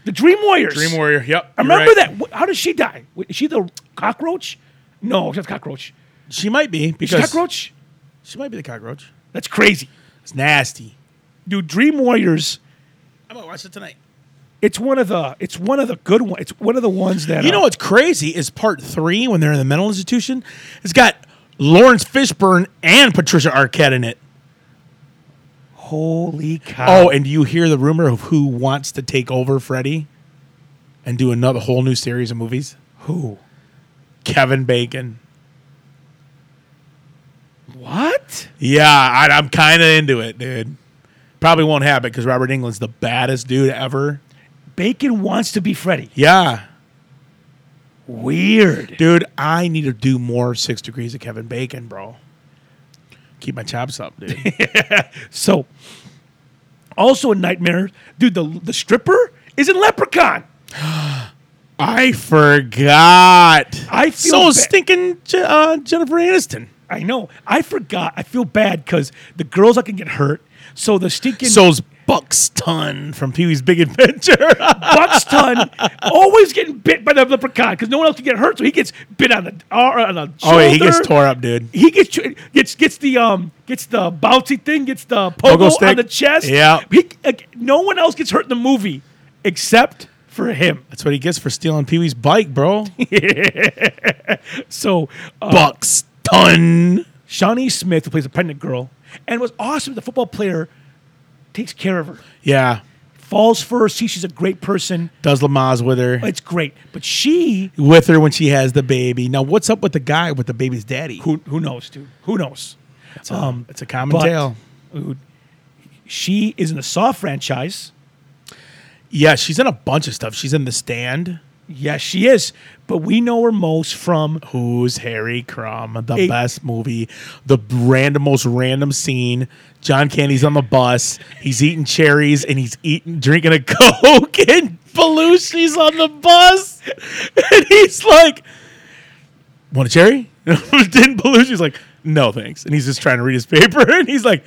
the Dream Warriors.
Dream Warrior. Yep.
I
you're
remember
right.
that. Wh- How did she die? Wh- Is she the cockroach? No, she's not cockroach.
She might be
She's
because
cockroach.
she might be the cockroach.
That's crazy.
It's nasty.
Dude, Dream Warriors.
I'm gonna watch it tonight.
It's one of the. It's one of the good ones. It's one of the ones that
You know
uh,
what's crazy is part three when they're in the mental institution. It's got Lawrence Fishburne and Patricia Arquette in it.
Holy cow!
Ah.
Oh, and do you hear the rumor of who wants to take over Freddy and do another whole new series of movies?
who?
Kevin Bacon.
What?
Yeah, I, I'm kind of into it, dude. Probably won't happen because Robert England's the baddest dude ever.
Bacon wants to be Freddy.
Yeah,
Weird.
dude, I need to do more Six Degrees of Kevin Bacon, bro. Keep my chops up, dude.
So, also a nightmare, dude. The the stripper is in Leprechaun.
I forgot.
I feel
so
ba-
stinking Je- uh, Jennifer Aniston.
I know. I forgot. I feel bad because the girls I can get hurt. So the stinking
So's Buxton from Pee Wee's Big Adventure.
Buxton always getting bit by the leprechaun because no one else can get hurt. So he gets bit on the ar- on the shoulder.
oh wait, he gets tore up, dude.
He gets tr- gets gets the um gets the bouncy thing, gets the
Pogo
pogo,
stick.
on the chest.
Yeah.
he, like, no one else gets hurt in the movie except for him.
That's what he gets for stealing Pee Wee's bike, bro.
So uh,
Buxton.
Shawnee Smith, who plays a pregnant girl, and was awesome. The football player takes care of her,
Yeah,
falls for her, sees she's a great person.
does Lamaze with her,
It's great, but she
with her when she has the baby. Now, what's up with the guy with the baby's daddy?
who who knows, dude? Who knows? Um,
It's a, it's a common
but-
tale.
Dude, she is in the Saw franchise.
Yeah, she's in a bunch of stuff. She's in The Stand.
Yes, she is. But we know her most from
Who's Harry Crumb? The
Eight.
best movie, the random, most random scene. John Candy's on the bus. He's eating cherries and he's eating, drinking a coke. And Belushi's on the bus, and he's like, "Want a cherry?" And Belushi's like, "No, thanks." And he's just trying to read his paper, and he's like,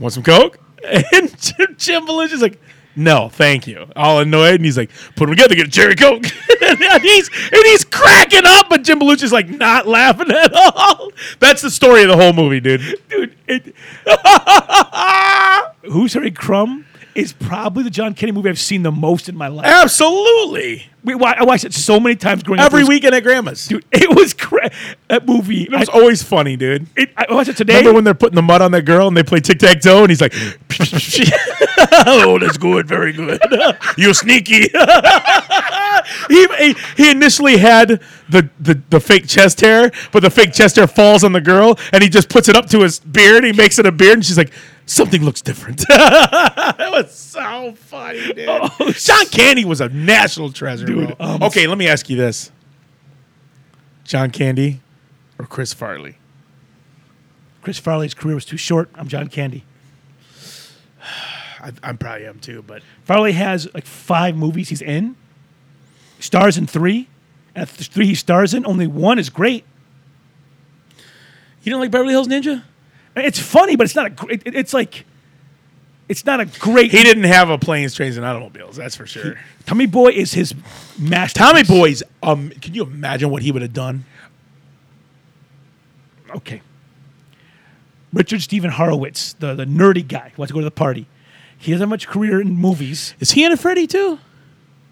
"Want some coke?" And Jim, Jim Belushi's like. No, thank you. All annoyed, and he's like, "Put them together, get a cherry coke." and he's and he's cracking up, but Jim Belushi's like not laughing at all. That's the story of the whole movie, dude.
dude. It, Who's Harry Crumb is probably the John Candy movie I've seen the most in my life.
Absolutely.
We, wa- I watched it so many times growing up.
Every
It was-
weekend at grandma's. Dude,
dude. It was cra- that movie.
it was
I,
always funny, dude.
it, I watched it today.
Remember when they're putting the mud on that girl and they play tic tac toe and he's like, "Oh, that's good, very good. You're sneaky." he, he he initially had the, the the fake chest hair, but the fake chest hair falls on the girl and he just puts it up to his beard. He makes it a beard and she's like, "Something looks different." that was so funny, dude. John Candy was a national treasure, Oh, dude.
um,
okay, let me ask you this: John Candy or Chris Farley?
Chris Farley's career was too short. I'm John Candy.
I, I'm probably am too, but
Farley has like five movies he's in, stars in three. At the three he stars in, only one is great.
you don't like Beverly Hills Ninja?
It's funny, but it's not a. gr- It, it- it's like, it's not a great.
He didn't have a planes, trains, and automobiles. That's for sure.
Tommy Boy is his master.
Tommy Boy's. Um, can you imagine what he would have done?
okay. Richard Steven Horowitz, the, the nerdy guy who wants to go to the party. He doesn't have much career in movies.
Is he in a Freddy too?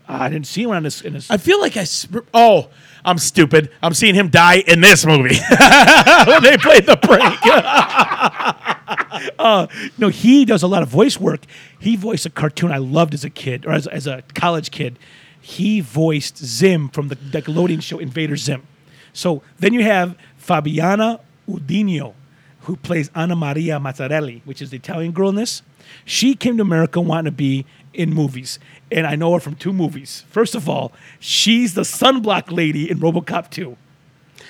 I didn't see one on this. In this.
I feel like I. sp- Oh, I'm stupid. I'm seeing him die in this movie when they played the prank.
no, he does a lot of voice work. He voiced a cartoon I loved as a kid, or as, as a college kid. He voiced Zim from the Nickelodeon show Invader Zim. So then you have Fabiana Udino, who plays Anna Maria Mazzarelli, which is the Italian girl in this. She came to America wanting to be in movies, and I know her from two movies. First of all, she's the sunblock lady in RoboCop 2.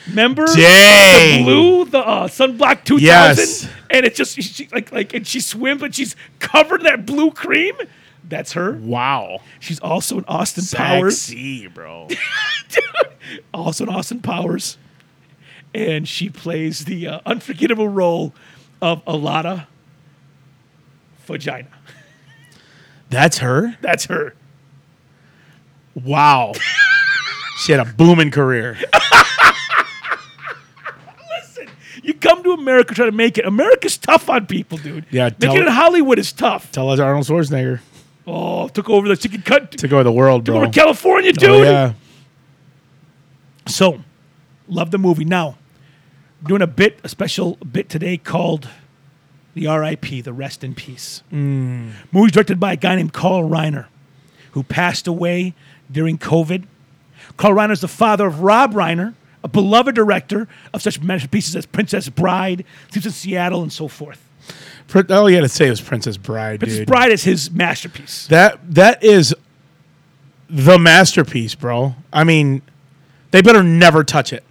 Remember?
Dang.
The blue, the uh, sunblock 2000?
Yes.
and it just she, like like and she swims but she's covered in that blue cream. That's her.
wow.
She's also in Austin Powers.
Sexy, bro.
Also in Austin Powers, and she plays the uh, unforgettable role of Alana Vagina.
That's her.
That's her.
Wow. she had a booming career.
You come to America try to make it. America's tough on people, dude.
Yeah, tell-
making it in Hollywood is tough.
Tell us Arnold Schwarzenegger
Oh, took over the chicken cut.
took over the world,
took
bro.
over California, dude.
Oh, yeah.
So, love the movie. Now, doing a bit, a special bit today called the R.I.P. The Rest in Peace.
Hmm.
Movie directed by a guy named Carl Reiner, who passed away during COVID. Carl Reiner is the father of Rob Reiner, a beloved director of such masterpieces as Princess Bride, Sleeps in Seattle, and so forth.
Prin- All you had to say was Princess Bride,
Princess
dude.
Bride is his masterpiece.
That that is the masterpiece, bro. I mean, they better never touch it.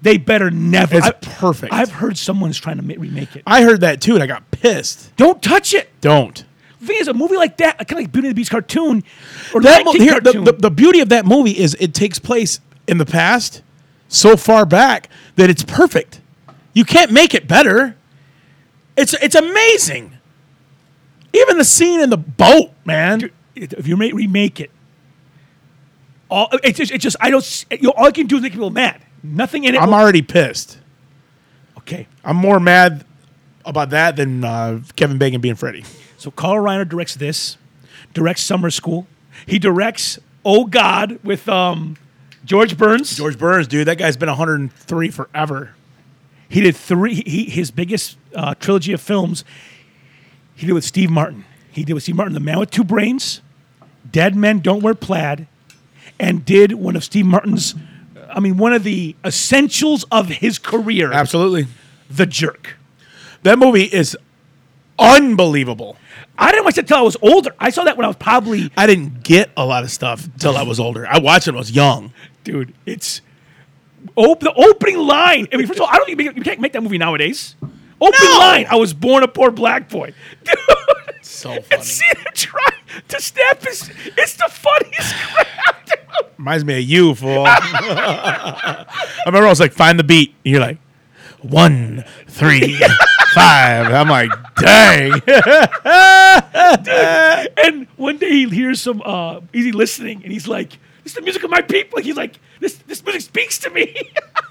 They better never.
It's perfect.
I've heard someone's trying to ma- remake it.
I heard that too, and I got pissed.
Don't touch it.
Don't.
The thing is, a movie like that, kind of like Beauty and the Beast cartoon, or
That
Lion
mo-
King
here, the,
cartoon,
the, the beauty of that movie is it takes place in the past, so far back that it's perfect. You can't make it better. It's it's amazing. Even the scene in the boat, man.
if you re- remake it, all it's just, it's just I don't. s- You know, all I can do is make people mad. Nothing in it.
I'm
will-
already pissed.
okay.
I'm more mad about that than uh, Kevin Bacon being Freddy.
So Carl Reiner directs this, directs Summer School. He directs Oh God with um, George Burns.
George Burns, dude, that guy's been 103 forever.
He did three. He, he- his biggest uh, trilogy of films. He did with Steve Martin. He did with Steve Martin, The Man with Two Brains, Dead Men Don't Wear Plaid, and did one of Steve Martin's. I mean, one of the essentials of his career,
Absolutely.
The Jerk.
That movie is unbelievable.
I didn't watch that till I was older. I saw that when I was probably,
I didn't get a lot of stuff till I was older. I watched it when I was young.
dude. It's op- the opening line. I mean, first of all, I don't think you, make- you can't make that movie nowadays. Opening
No!
line. I was born a poor black boy. Dude.
So
and see him try to snap his. It's the funniest crap. dude.
Reminds me of you, fool. I remember I was like, find the beat. And you're like, one, three, five. And I'm like, dang.
And one day he hears some uh, easy listening, and he's like, "This is the music of my people." He's like, "This this music speaks to me."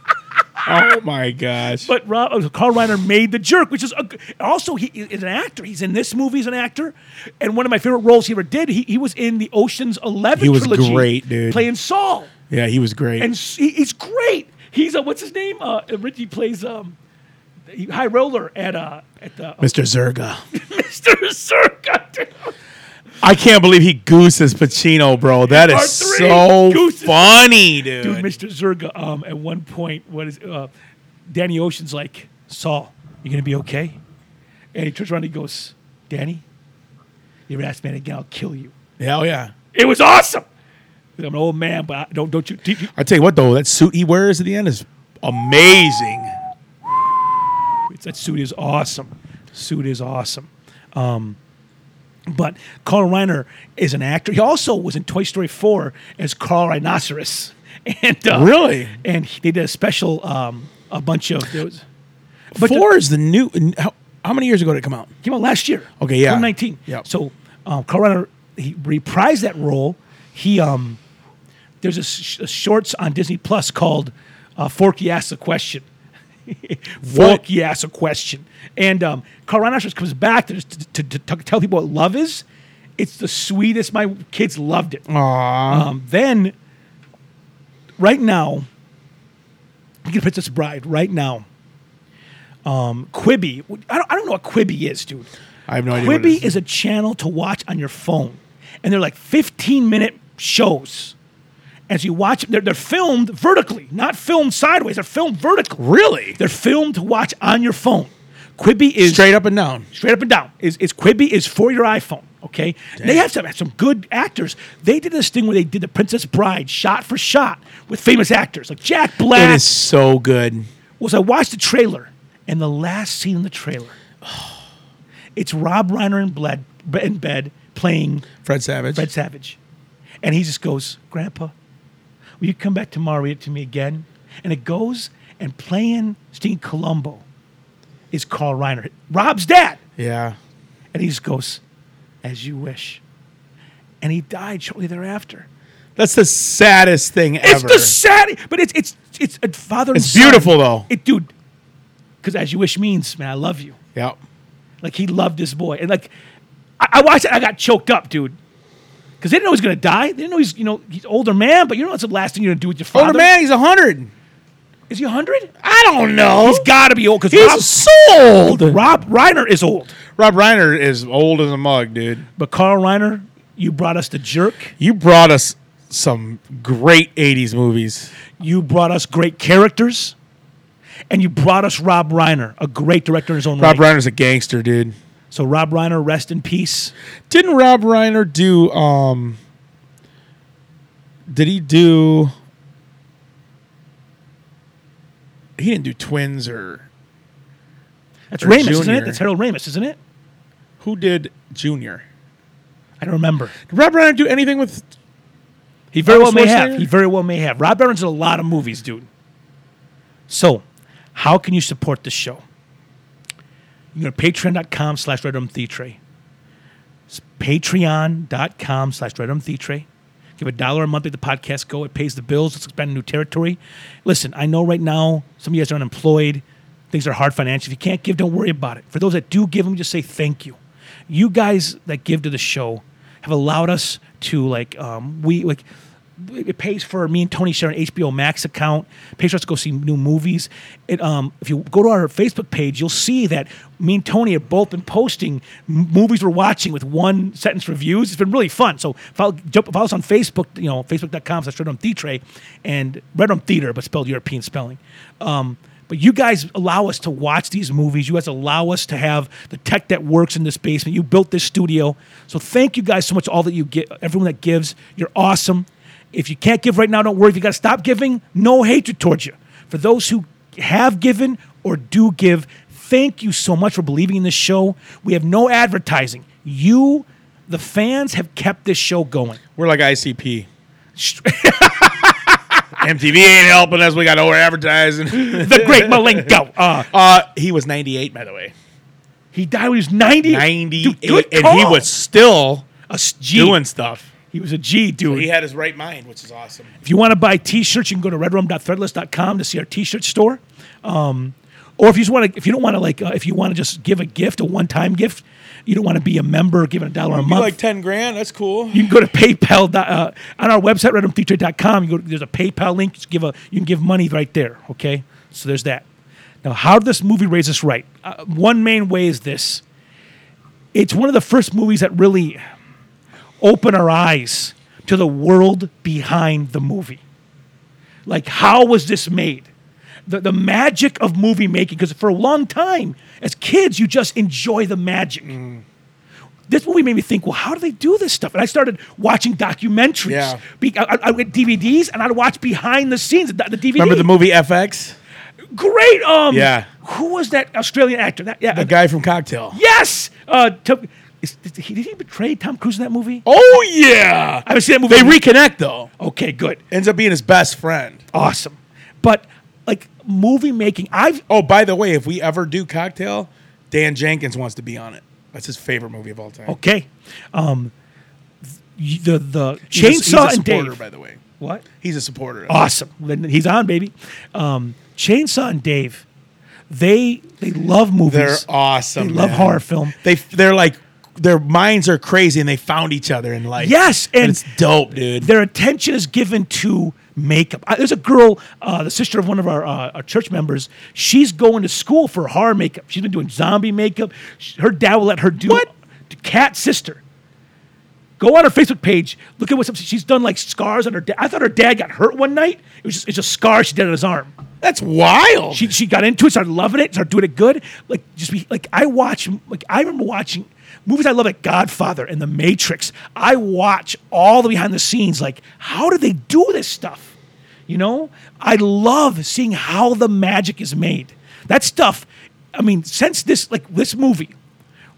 oh my gosh.
but Rob, uh, Carl Reiner made the jerk, which is a, g- also he is an actor. He's in this movie as an actor, and one of my favorite roles he ever did. He, he was in the Ocean's Eleven.
He was
trilogy,
great, dude.
Playing Saul.
Yeah, he was great.
and s- he, he's great. He's a what's his name? Uh, Richie plays um, he- high roller at uh at the
Mr. Zerga.
Mr. Circa. dude.
I can't believe he gooses Pacino, bro. That is
Part three,
so
gooses-
funny, dude.
Dude, Mr. Zerga, um, at one point, what is uh, Danny Ocean's like, Saul, you gonna be okay? And he turns around and he goes, Danny, you ever ask me that again, I'll kill you.
Hell yeah.
It was awesome. I'm an old man, but I, don't don't you, do you
I tell you what though, that suit he wears at the end is amazing.
It's- that suit is awesome. Suit is awesome. Um, but Carl Reiner is an actor. He also was in Toy Story 4 as Carl Rhinoceros. And uh,
Really?
and he- they did a special, um, a bunch of there was,
But Four is the new. How, how many years ago did it come out?
came out last year.
Okay, yeah.
2019.
Yep.
So um, Carl Reiner he reprised that role. He um, there's a, sh- a shorts on Disney Plus called uh, Forky asks a question. Forky asks a question, and um, Carl Reiner just comes back to, to, to, to tell people what love is, It's the sweetest. My kids loved
Oh,
it. Um, then, right now, you get Princess Bride right now. Um, Quibi. I don't, I don't know what Quibi is, dude.
I have no idea what it
Quibi
is.
is a channel to watch on your phone, and they're like 15 minute shows. As you watch, they're, they're filmed vertically, not filmed sideways. They're filmed vertically.
Really?
They're filmed to watch on your phone. Quibi is
Straight up and down.
straight up and down. Is is Quibi is for your iPhone. Okay, they have some have some good actors. They did this thing where they did the Princess Bride shot for shot with famous actors like Jack Black.
It is so good.
was I watched the trailer and the last scene in the trailer, it's Rob Reiner in, bled, in bed playing
Fred Savage.
Fred Savage, and he just goes, "Grandpa, will you come back tomorrow read it to me again?" And it goes and playing Sting Colombo is Carl Reiner, Rob's dad.
yeah.
And he just goes, as you wish. And he died shortly thereafter.
That's the saddest thing
It's
ever.
the sad, but it's it's it's a father. and
It's
son.
beautiful, though.
it, dude. Because as you wish means, man, I love you.
yep.
Like he loved his boy, and like I, I watched it, I got choked up, dude. Because they didn't know he was gonna die. They didn't know he's you know he's older man, but you know what's the last thing you're gonna do with your father?
Older Oh, man, he's 100.
is he hundred?
I don't know.
He's gotta be old
He's
because
sold.
Rob, Rob Reiner is old,
Rob Reiner is old as a mug, dude.
but Carl Reiner, you brought us the jerk.
You brought us some great 80s movies.
You brought us great characters, and you brought us Rob Reiner, a great director in his own
Rob
right.
Reiner's a gangster, dude.
So Rob Reiner, rest in peace.
Didn't Rob Reiner do um did he do He didn't do twins or
That's
Or
Ramus, isn't
Junior.
it? That's Harold Ramis, isn't it?
who did Junior?
I don't remember.
Did Rob Reiner do anything with
He very well
Arnold
may have.
Schwarzenegger?
He very well may have. Rob Reiner's in a lot of movies, dude. So, how can you support the show? You go to patreon.com slash redumtheatre. It's patreon.com slash redumtheatre. Give a dollar a month, let the podcast go. It pays the bills. Let's expand new territory. Listen, I know right now some of you guys are unemployed. Things are hard financially. If you can't give, don't worry about it. For those that do give, let me just say thank you. You guys that give to the show have allowed us to like um, we like it pays for me and Tony share an HBO Max account. Pays for us to go see new movies. It, um, if you go to our Facebook page, you'll see that me and Tony have both been posting m- movies we're watching with one sentence reviews. It's been really fun. So follow, jump, follow us on Facebook. You know, facebook.com slash Redrum Theatre and Redrum Theater, but spelled European spelling. Um, but you guys allow us to watch these movies. You guys allow us to have the tech that works in this basement. You built this studio. So thank you guys so much, all that you get, everyone that gives. You're awesome. If you can't give right now, don't worry. If you got to stop giving, no hatred towards you. For those who have given or do give, thank you so much for believing in this show. We have no advertising. You, the fans, have kept this show going.
We're like ICP. MTV ain't helping us. We got over advertising.
The great Malenko. Uh,
Uh, he was 98, by the way.
he died when he was 90.
98.
Dude, good
and he
call.
was still
a G.
doing stuff.
He was a G, dude.
had his right mind, which is awesome.
If you want to buy t-shirts, you can go to redrum.threadless.com to see our t-shirt store. Um, or if you just want to, if you don't want to like, uh, if you want to just give a gift, a one-time gift, you don't want to be a member, giving a dollar a month.
10 grand. That's cool.
you can go to PayPal dot- uh, on our website, redrumtheatre.com. You go, there's a PayPal link. Just give a, you can give money right there. Okay, so there's that. Now, how did this movie raise us right? Uh, one main way is this. It's one of the first movies that really open our eyes to the world behind the movie. Like, how was this made? The, the magic of movie making, because for a long time, as kids, you just enjoy the magic.
Mm-hmm.
This movie made me think, well, how do they do this stuff? And I started watching documentaries.
Yeah.
Be- I, I, I would DVDs, and I'd watch behind the scenes, the, the DVD.
Remember the movie FX?
Great. Um,
Yeah.
Who was that Australian actor? That, yeah.
The guy from Cocktail.
yes. Uh, to, is, did, he, did he betray Tom Cruise in that movie?
Oh, yeah.
I haven't seen that movie.
They reconnect, though.
okay, good.
Ends up being his best friend.
awesome. But like movie making, I've
Oh, by the way, if we ever do Cocktail, Dan Jenkins wants to be on it. That's his favorite movie of all time.
okay. Um, th- the the
He's a- he's a
chainsaw and
supporter,
Dave. Ah.
by the way.
What?
He's a supporter. of it.
Awesome. Then He's on, baby. Um, chainsaw and Dave. They they love movies.
They're awesome.
They love
man.
horror film.
They they're like
their minds are crazy and they found each other in life.
Yes, and-
it's dope, dude.
their attention is given to makeup. I, there's a girl, uh, the sister of one of our, uh, our church members. She's going to school for horror makeup. She's been doing zombie makeup. Sh her dad will let her do
What?
Cat sister. Go on her Facebook page. Look at what some, she's done, like scars on her. Da- I thought her dad got hurt one night. It was just, it's a scar she did on his arm.
That's wild.
She, she got into it, started loving it, started doing it good. Like just be like I watch like I remember watching movies I love like Godfather and The Matrix. I watch all the behind the scenes. Like how do they do this stuff? You know, I love seeing how the magic is made. That stuff. I mean, since this like this movie,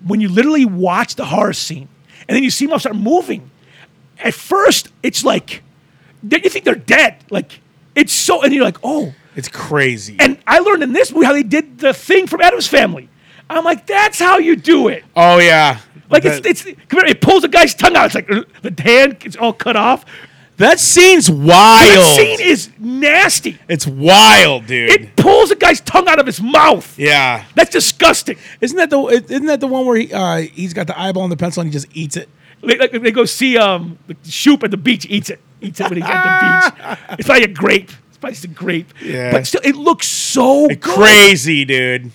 when you literally watch the horror scene and then you see them all start moving, at first it's like th- you think they're dead. Like it's so, and you're like, oh.
it's crazy.
And I learned in this movie how they did the thing from Adam's Family. I'm like, that's how you do it.
oh yeah,
Like
that,
it's it's come here, it pulls a guy's tongue out. It's like uh, the hand it's all cut off.
that scene's
That
wild.
scene is nasty.
it's wild, dude.
It pulls a guy's tongue out of his mouth.
yeah,
That's disgusting.
isn't that the isn't that the one where he uh, he's got the eyeball and the pencil and he just eats it?
They, like, they go see um the Shoop at the beach eats it eats it when he's at the beach. It's like a grape. It's probably just a grape.
Yeah.
But still, it looks so good.
Crazy, dude.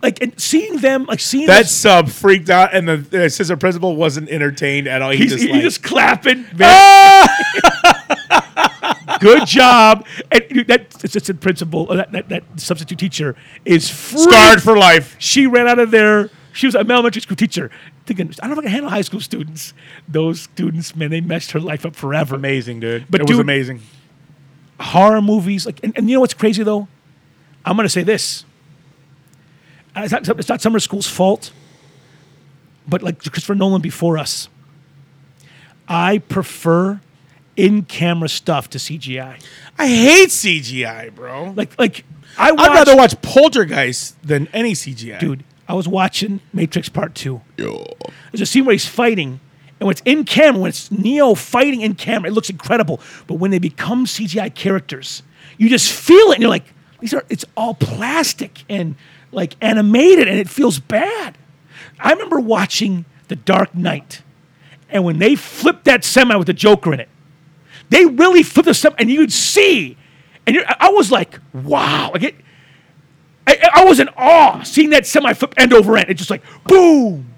Like and seeing them like seeing
That
this-
sub freaked out, and the assistant principal wasn't entertained at all. He
He's,
just
he's
like,
just clapping. "Ah, Good job. And you- that assistant principal, uh, that, that, that substitute teacher is freaked.
scarred for life.
She ran out of there. She was an elementary school teacher. Thinking, I don't know if I can handle high school students. Those students, man, they messed her life up forever.
Amazing, dude.
But
it was
dude-
amazing.
Horror movies, like, and, and you know what's crazy though? I'm gonna say this. Uh, It's not, it's not summer school's fault, but like Christopher Nolan before us. I prefer in-camera stuff to CGI.
I hate CGI, bro.
Like, like I watched,
I'd rather watch Poltergeist than any CGI.
dude. I was watching Matrix Part Two. There's a scene where he's fighting, and when it's in camera, when it's Neo fighting in camera, it looks incredible. But when they become CGI characters, you just feel it, and you're like, these are. It's all plastic and like animated, and it feels bad. I remember watching The Dark Knight, and when they flipped that semi with the Joker in it, they really flipped the semi, and you could see, and you're, I I was like, wow, like it. I, I was in awe seeing that semi flip end over end. It's just like boom,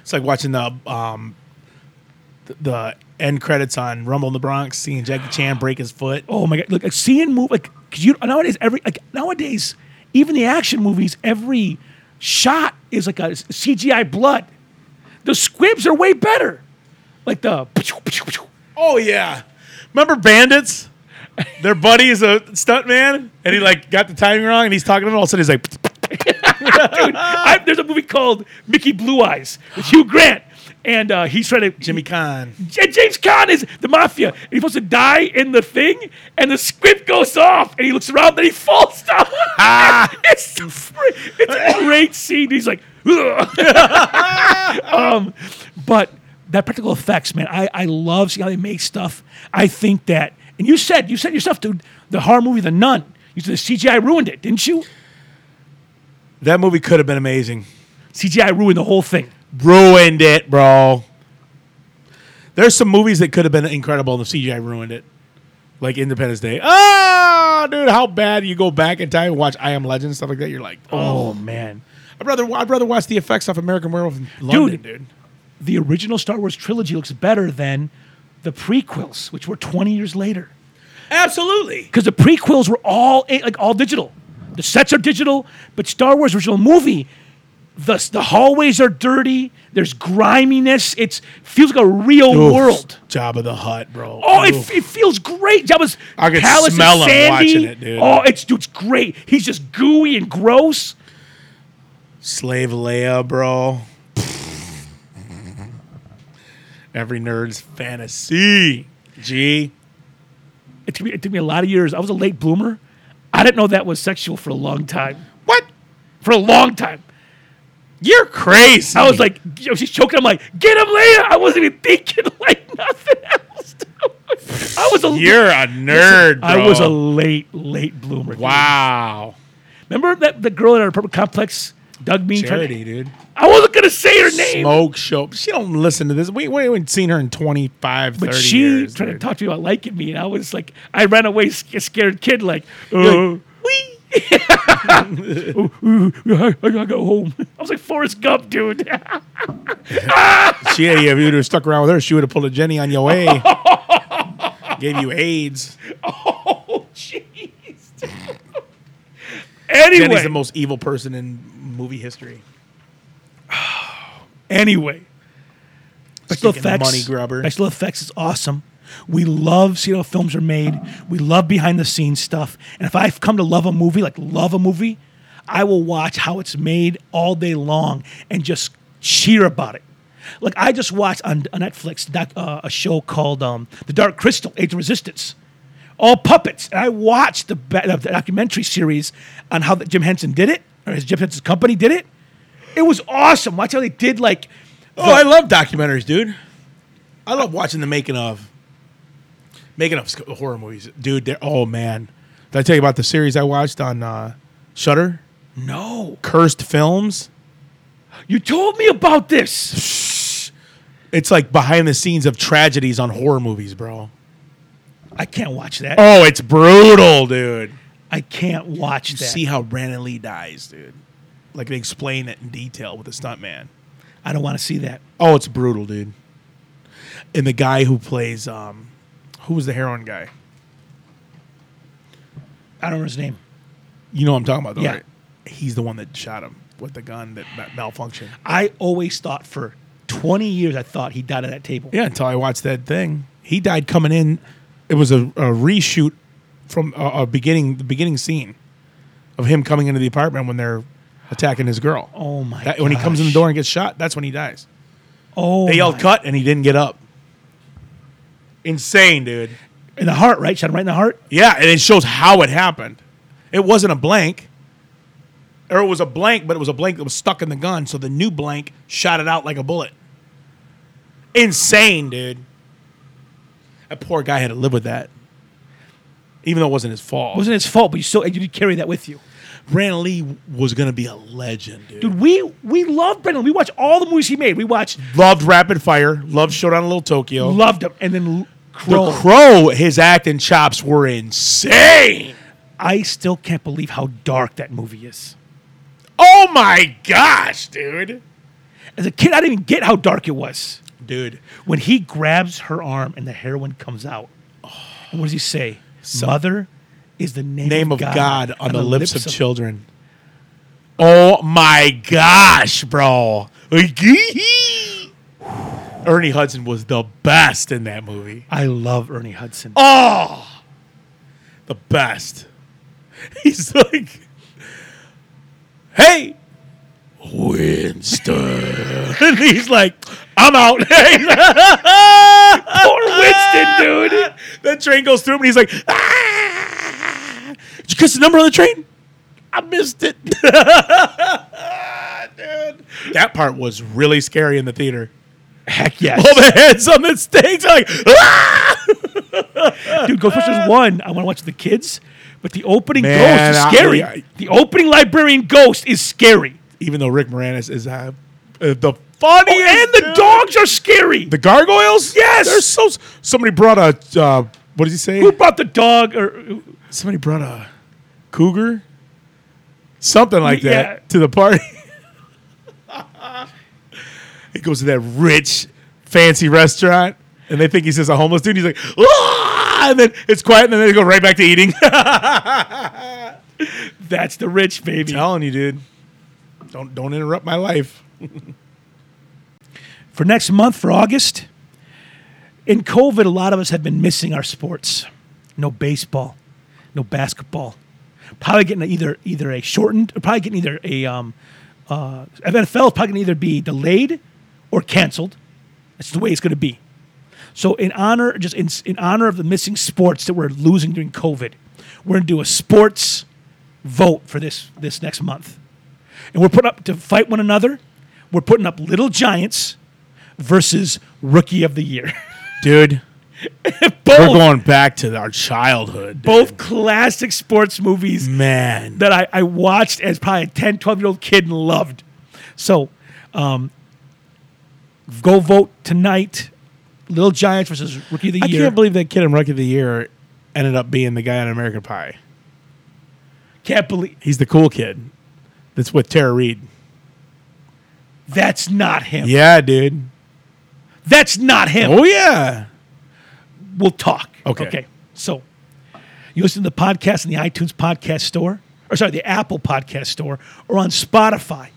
It's like watching the um th- the end credits on Rumble in the Bronx, seeing Jackie Chan break his foot.
Oh my god! Look, like seeing move like 'cause you nowadays every like nowadays even the action movies every shot is like a CGI blood. The squibs are way better. Like the
Oh yeah, remember Bandits? Their buddy is a stunt man, and he like got the timing wrong, and he's talking to him. All of a sudden, he's like,
dude, I, there's a movie called Mickey Blue Eyes with Hugh Grant, and uh, he's trying to
Jimmy Kahn.
J- James Conn is the mafia. And he's supposed to die in the thing, and the squib goes off, and he looks around, and he falls down. it's, so fr- it's a great scene. He's like, "Ugh." um, but that practical effects, man, I, I love seeing how they make stuff. I think that, and you said, you said yourself, dude, the horror movie, The Nun, you said the CGI ruined it, didn't you?
That movie could have been amazing.
CGI ruined the whole thing.
Ruined it, bro. There's some movies that could have been incredible, and the CGI ruined it. Like Independence Day. Oh, dude, how bad you go back in time and watch I Am Legend stuff like that. You're like, oh,
Oh, man.
I'd rather I'd rather watch the effects off American Werewolf in London, dude.
the original Star Wars trilogy looks better than the prequels, which were 20 years later.
Absolutely.
Because the prequels were all eh, like all digital. The sets are digital, but Star Wars original movie, the the hallways are dirty. There's griminess. It's feels like a real world.
Job of the Hut, bro.
Oh, it,
Oof.
it feels great. That was
I could
callous and
smell him
sandy.
watching it, dude.
Oh, it's dude's great. He's just gooey and gross.
Slave Leia, bro. Every nerd's fantasy. G.
It took, me, it took me a lot of years. I was a late bloomer. I didn't know that was sexual for a long time.
What?
For a long time.
You're crazy.
I was like, yo, she's choking. I'm like, get him, Leia. I wasn't even thinking like nothing else. dude. I was a
you're a nerd, bro.
I was a late, late bloomer. dude.
wow.
Remember that the girl in our apartment complex? Doug Means. her
Charity,
name.
dude.
I wasn't gonna say her name,
Smoke show. She don't listen to this. We, we haven't seen her in 25, 30
but she
years.
tried to
dude.
talk to me about liking me, and I was like, I ran away, sc- scared kid, like,
You're
uh,
like, "Wee."
I, I gotta go home. I was like Forrest Gump, dude.
She, yeah, if you would have stuck around with her, she would have pulled a Jenny on your way. Gave you AIDS.
oh, jeez. anyway,
Jenny's the most evil person in movie history.
anyway. Special
Speaking of
effects,
money grubber.
Special effects is awesome. We love seeing how films are made. We love behind the scenes stuff. And if I've come to love a movie, like love a movie, I will watch how it's made all day long and just cheer about it. Like I just watched on, on Netflix doc, uh, a show called um, The Dark Crystal: Age of Resistance. all puppets. And I watched the, ba- the documentary series on how that Jim Henson did it, or his Jim Henson's company did it. It was awesome. Watch how they did like.
Oh, I love documentaries, dude. I love watching the making of. Making of sc- horror movies, dude. They're, oh man, did I tell you about the series I watched on uh, Shutter?
No,
Cursed Films.
you told me about this.
It's like behind the scenes of tragedies on horror movies, bro.
I can't watch that.
Oh, it's brutal, dude.
I can't watch that.
See how Brandon Lee dies, dude. Like they explain it in detail with the stuntman.
I don't want to see that.
Oh, it's brutal, dude. And the guy who plays um, who was the heroin guy?
I don't know his name.
You know what I'm talking about, though,
Yeah.
right? He's the one that shot him with the gun that ma- malfunctioned.
I always thought for 20 years I thought he died at that table.
Yeah, until I watched that thing. He died coming in. It was a, a reshoot from a, a beginning, the beginning scene of him coming into the apartment when they're attacking his girl.
Oh my!
That- when he comes in the
gosh.
door and gets shot, that's when he dies.
oh,
They yelled
my-
cut, and he didn't get up. Insane, dude.
in the heart, right? Shot him right in the heart.
Yeah, and it shows how it happened. It wasn't a blank, or it was a blank, but it was a blank that was stuck in the gun. So the new blank shot it out like a bullet. Insane, dude. That poor guy had to live with that, even though it wasn't his fault.
It wasn't his fault, but you still you did carry that with you.
Brandon Lee was gonna be a legend, dude.
Dude, we we love Brendan. We watch all the movies he made. We watch,
Loved Rapid Fire. Loved Showdown in Little Tokyo.
loved him, and then Crow.
the Crow. His acting chops were insane.
I still can't believe how dark that movie is.
Oh my gosh, dude.
As a kid, I didn't even get how dark it was.
Dude.
When he grabs her arm and the heroin comes out, and what does he say? Mother is the name,
name of
God,
God on the lips of children. Oh my gosh, bro. Ernie Hudson was the best in that movie.
I love Ernie Hudson.
Oh, the best. He's like, hey, Winston. and he's like, I'm out. Poor Winston, dude. That train goes through him and he's like, ah. Did you kiss the number on the train? I missed it. dude. That part was really scary in the theater.
Heck yes,
All the heads on the stage, like, ah!
dude. Ghostbusters one. I want to watch the kids, but the opening
Man,
ghost
I-
is scary.
I-
the opening librarian ghost is scary,
even though Rick Moranis is uh, uh, the funny
and the dogs are scary.
the gargoyles.
Yes!
they're so. Somebody brought a uh, what did he say?
Who brought the dog? Or
Somebody brought a cougar, something like that
Yeah.
to the party. he goes to that rich, fancy restaurant, and they think he's just a homeless dude. He's like, ah! and then it's quiet, and then they go right back to eating.
that's the rich baby.
telling you, dude, don't don't interrupt my life.
for next month for August. In COVID, a lot of us have been missing our sports. No baseball, no basketball. Probably getting either either a shortened, or probably getting either a um, uh, NFL is probably going to either be delayed or canceled. That's the way it's going to be. So in honor, just in, in honor of the missing sports that we're losing during COVID, we're going to do a sports vote for this this next month, and we're putting up to fight one another. We're putting up little giants versus rookie of the year.
dude. We're
both
going back to our childhood. dude.
both classic sports
Mm.
movies
Man.
that I, I watched as probably a 10, 12 year old kid and loved. So um, go vote tonight. Little Giants versus Rookie of the
I
Year.
can't believe that kid in Rookie of the Year ended up being the guy on American Pie.
Can't believe
He's the cool kid that's with Tara Reid.
that's not him.
Yeah, dude.
That's not him.
Oh, yeah.
We'll talk.
Okay.
Okay. So you listen to the podcast in the iTunes podcast store, or sorry, the Apple podcast store, or on Spotify. If you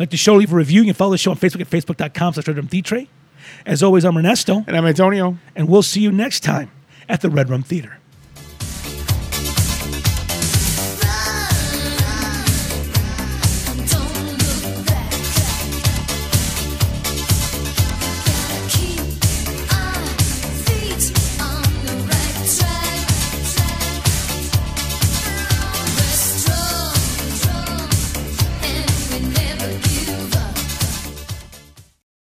Like the show, leave a review. You can follow the show on Facebook at facebook.com slash As always, I'm Ernesto,
And I'm Antonio.
and we'll see you next time at the Red Room Theater.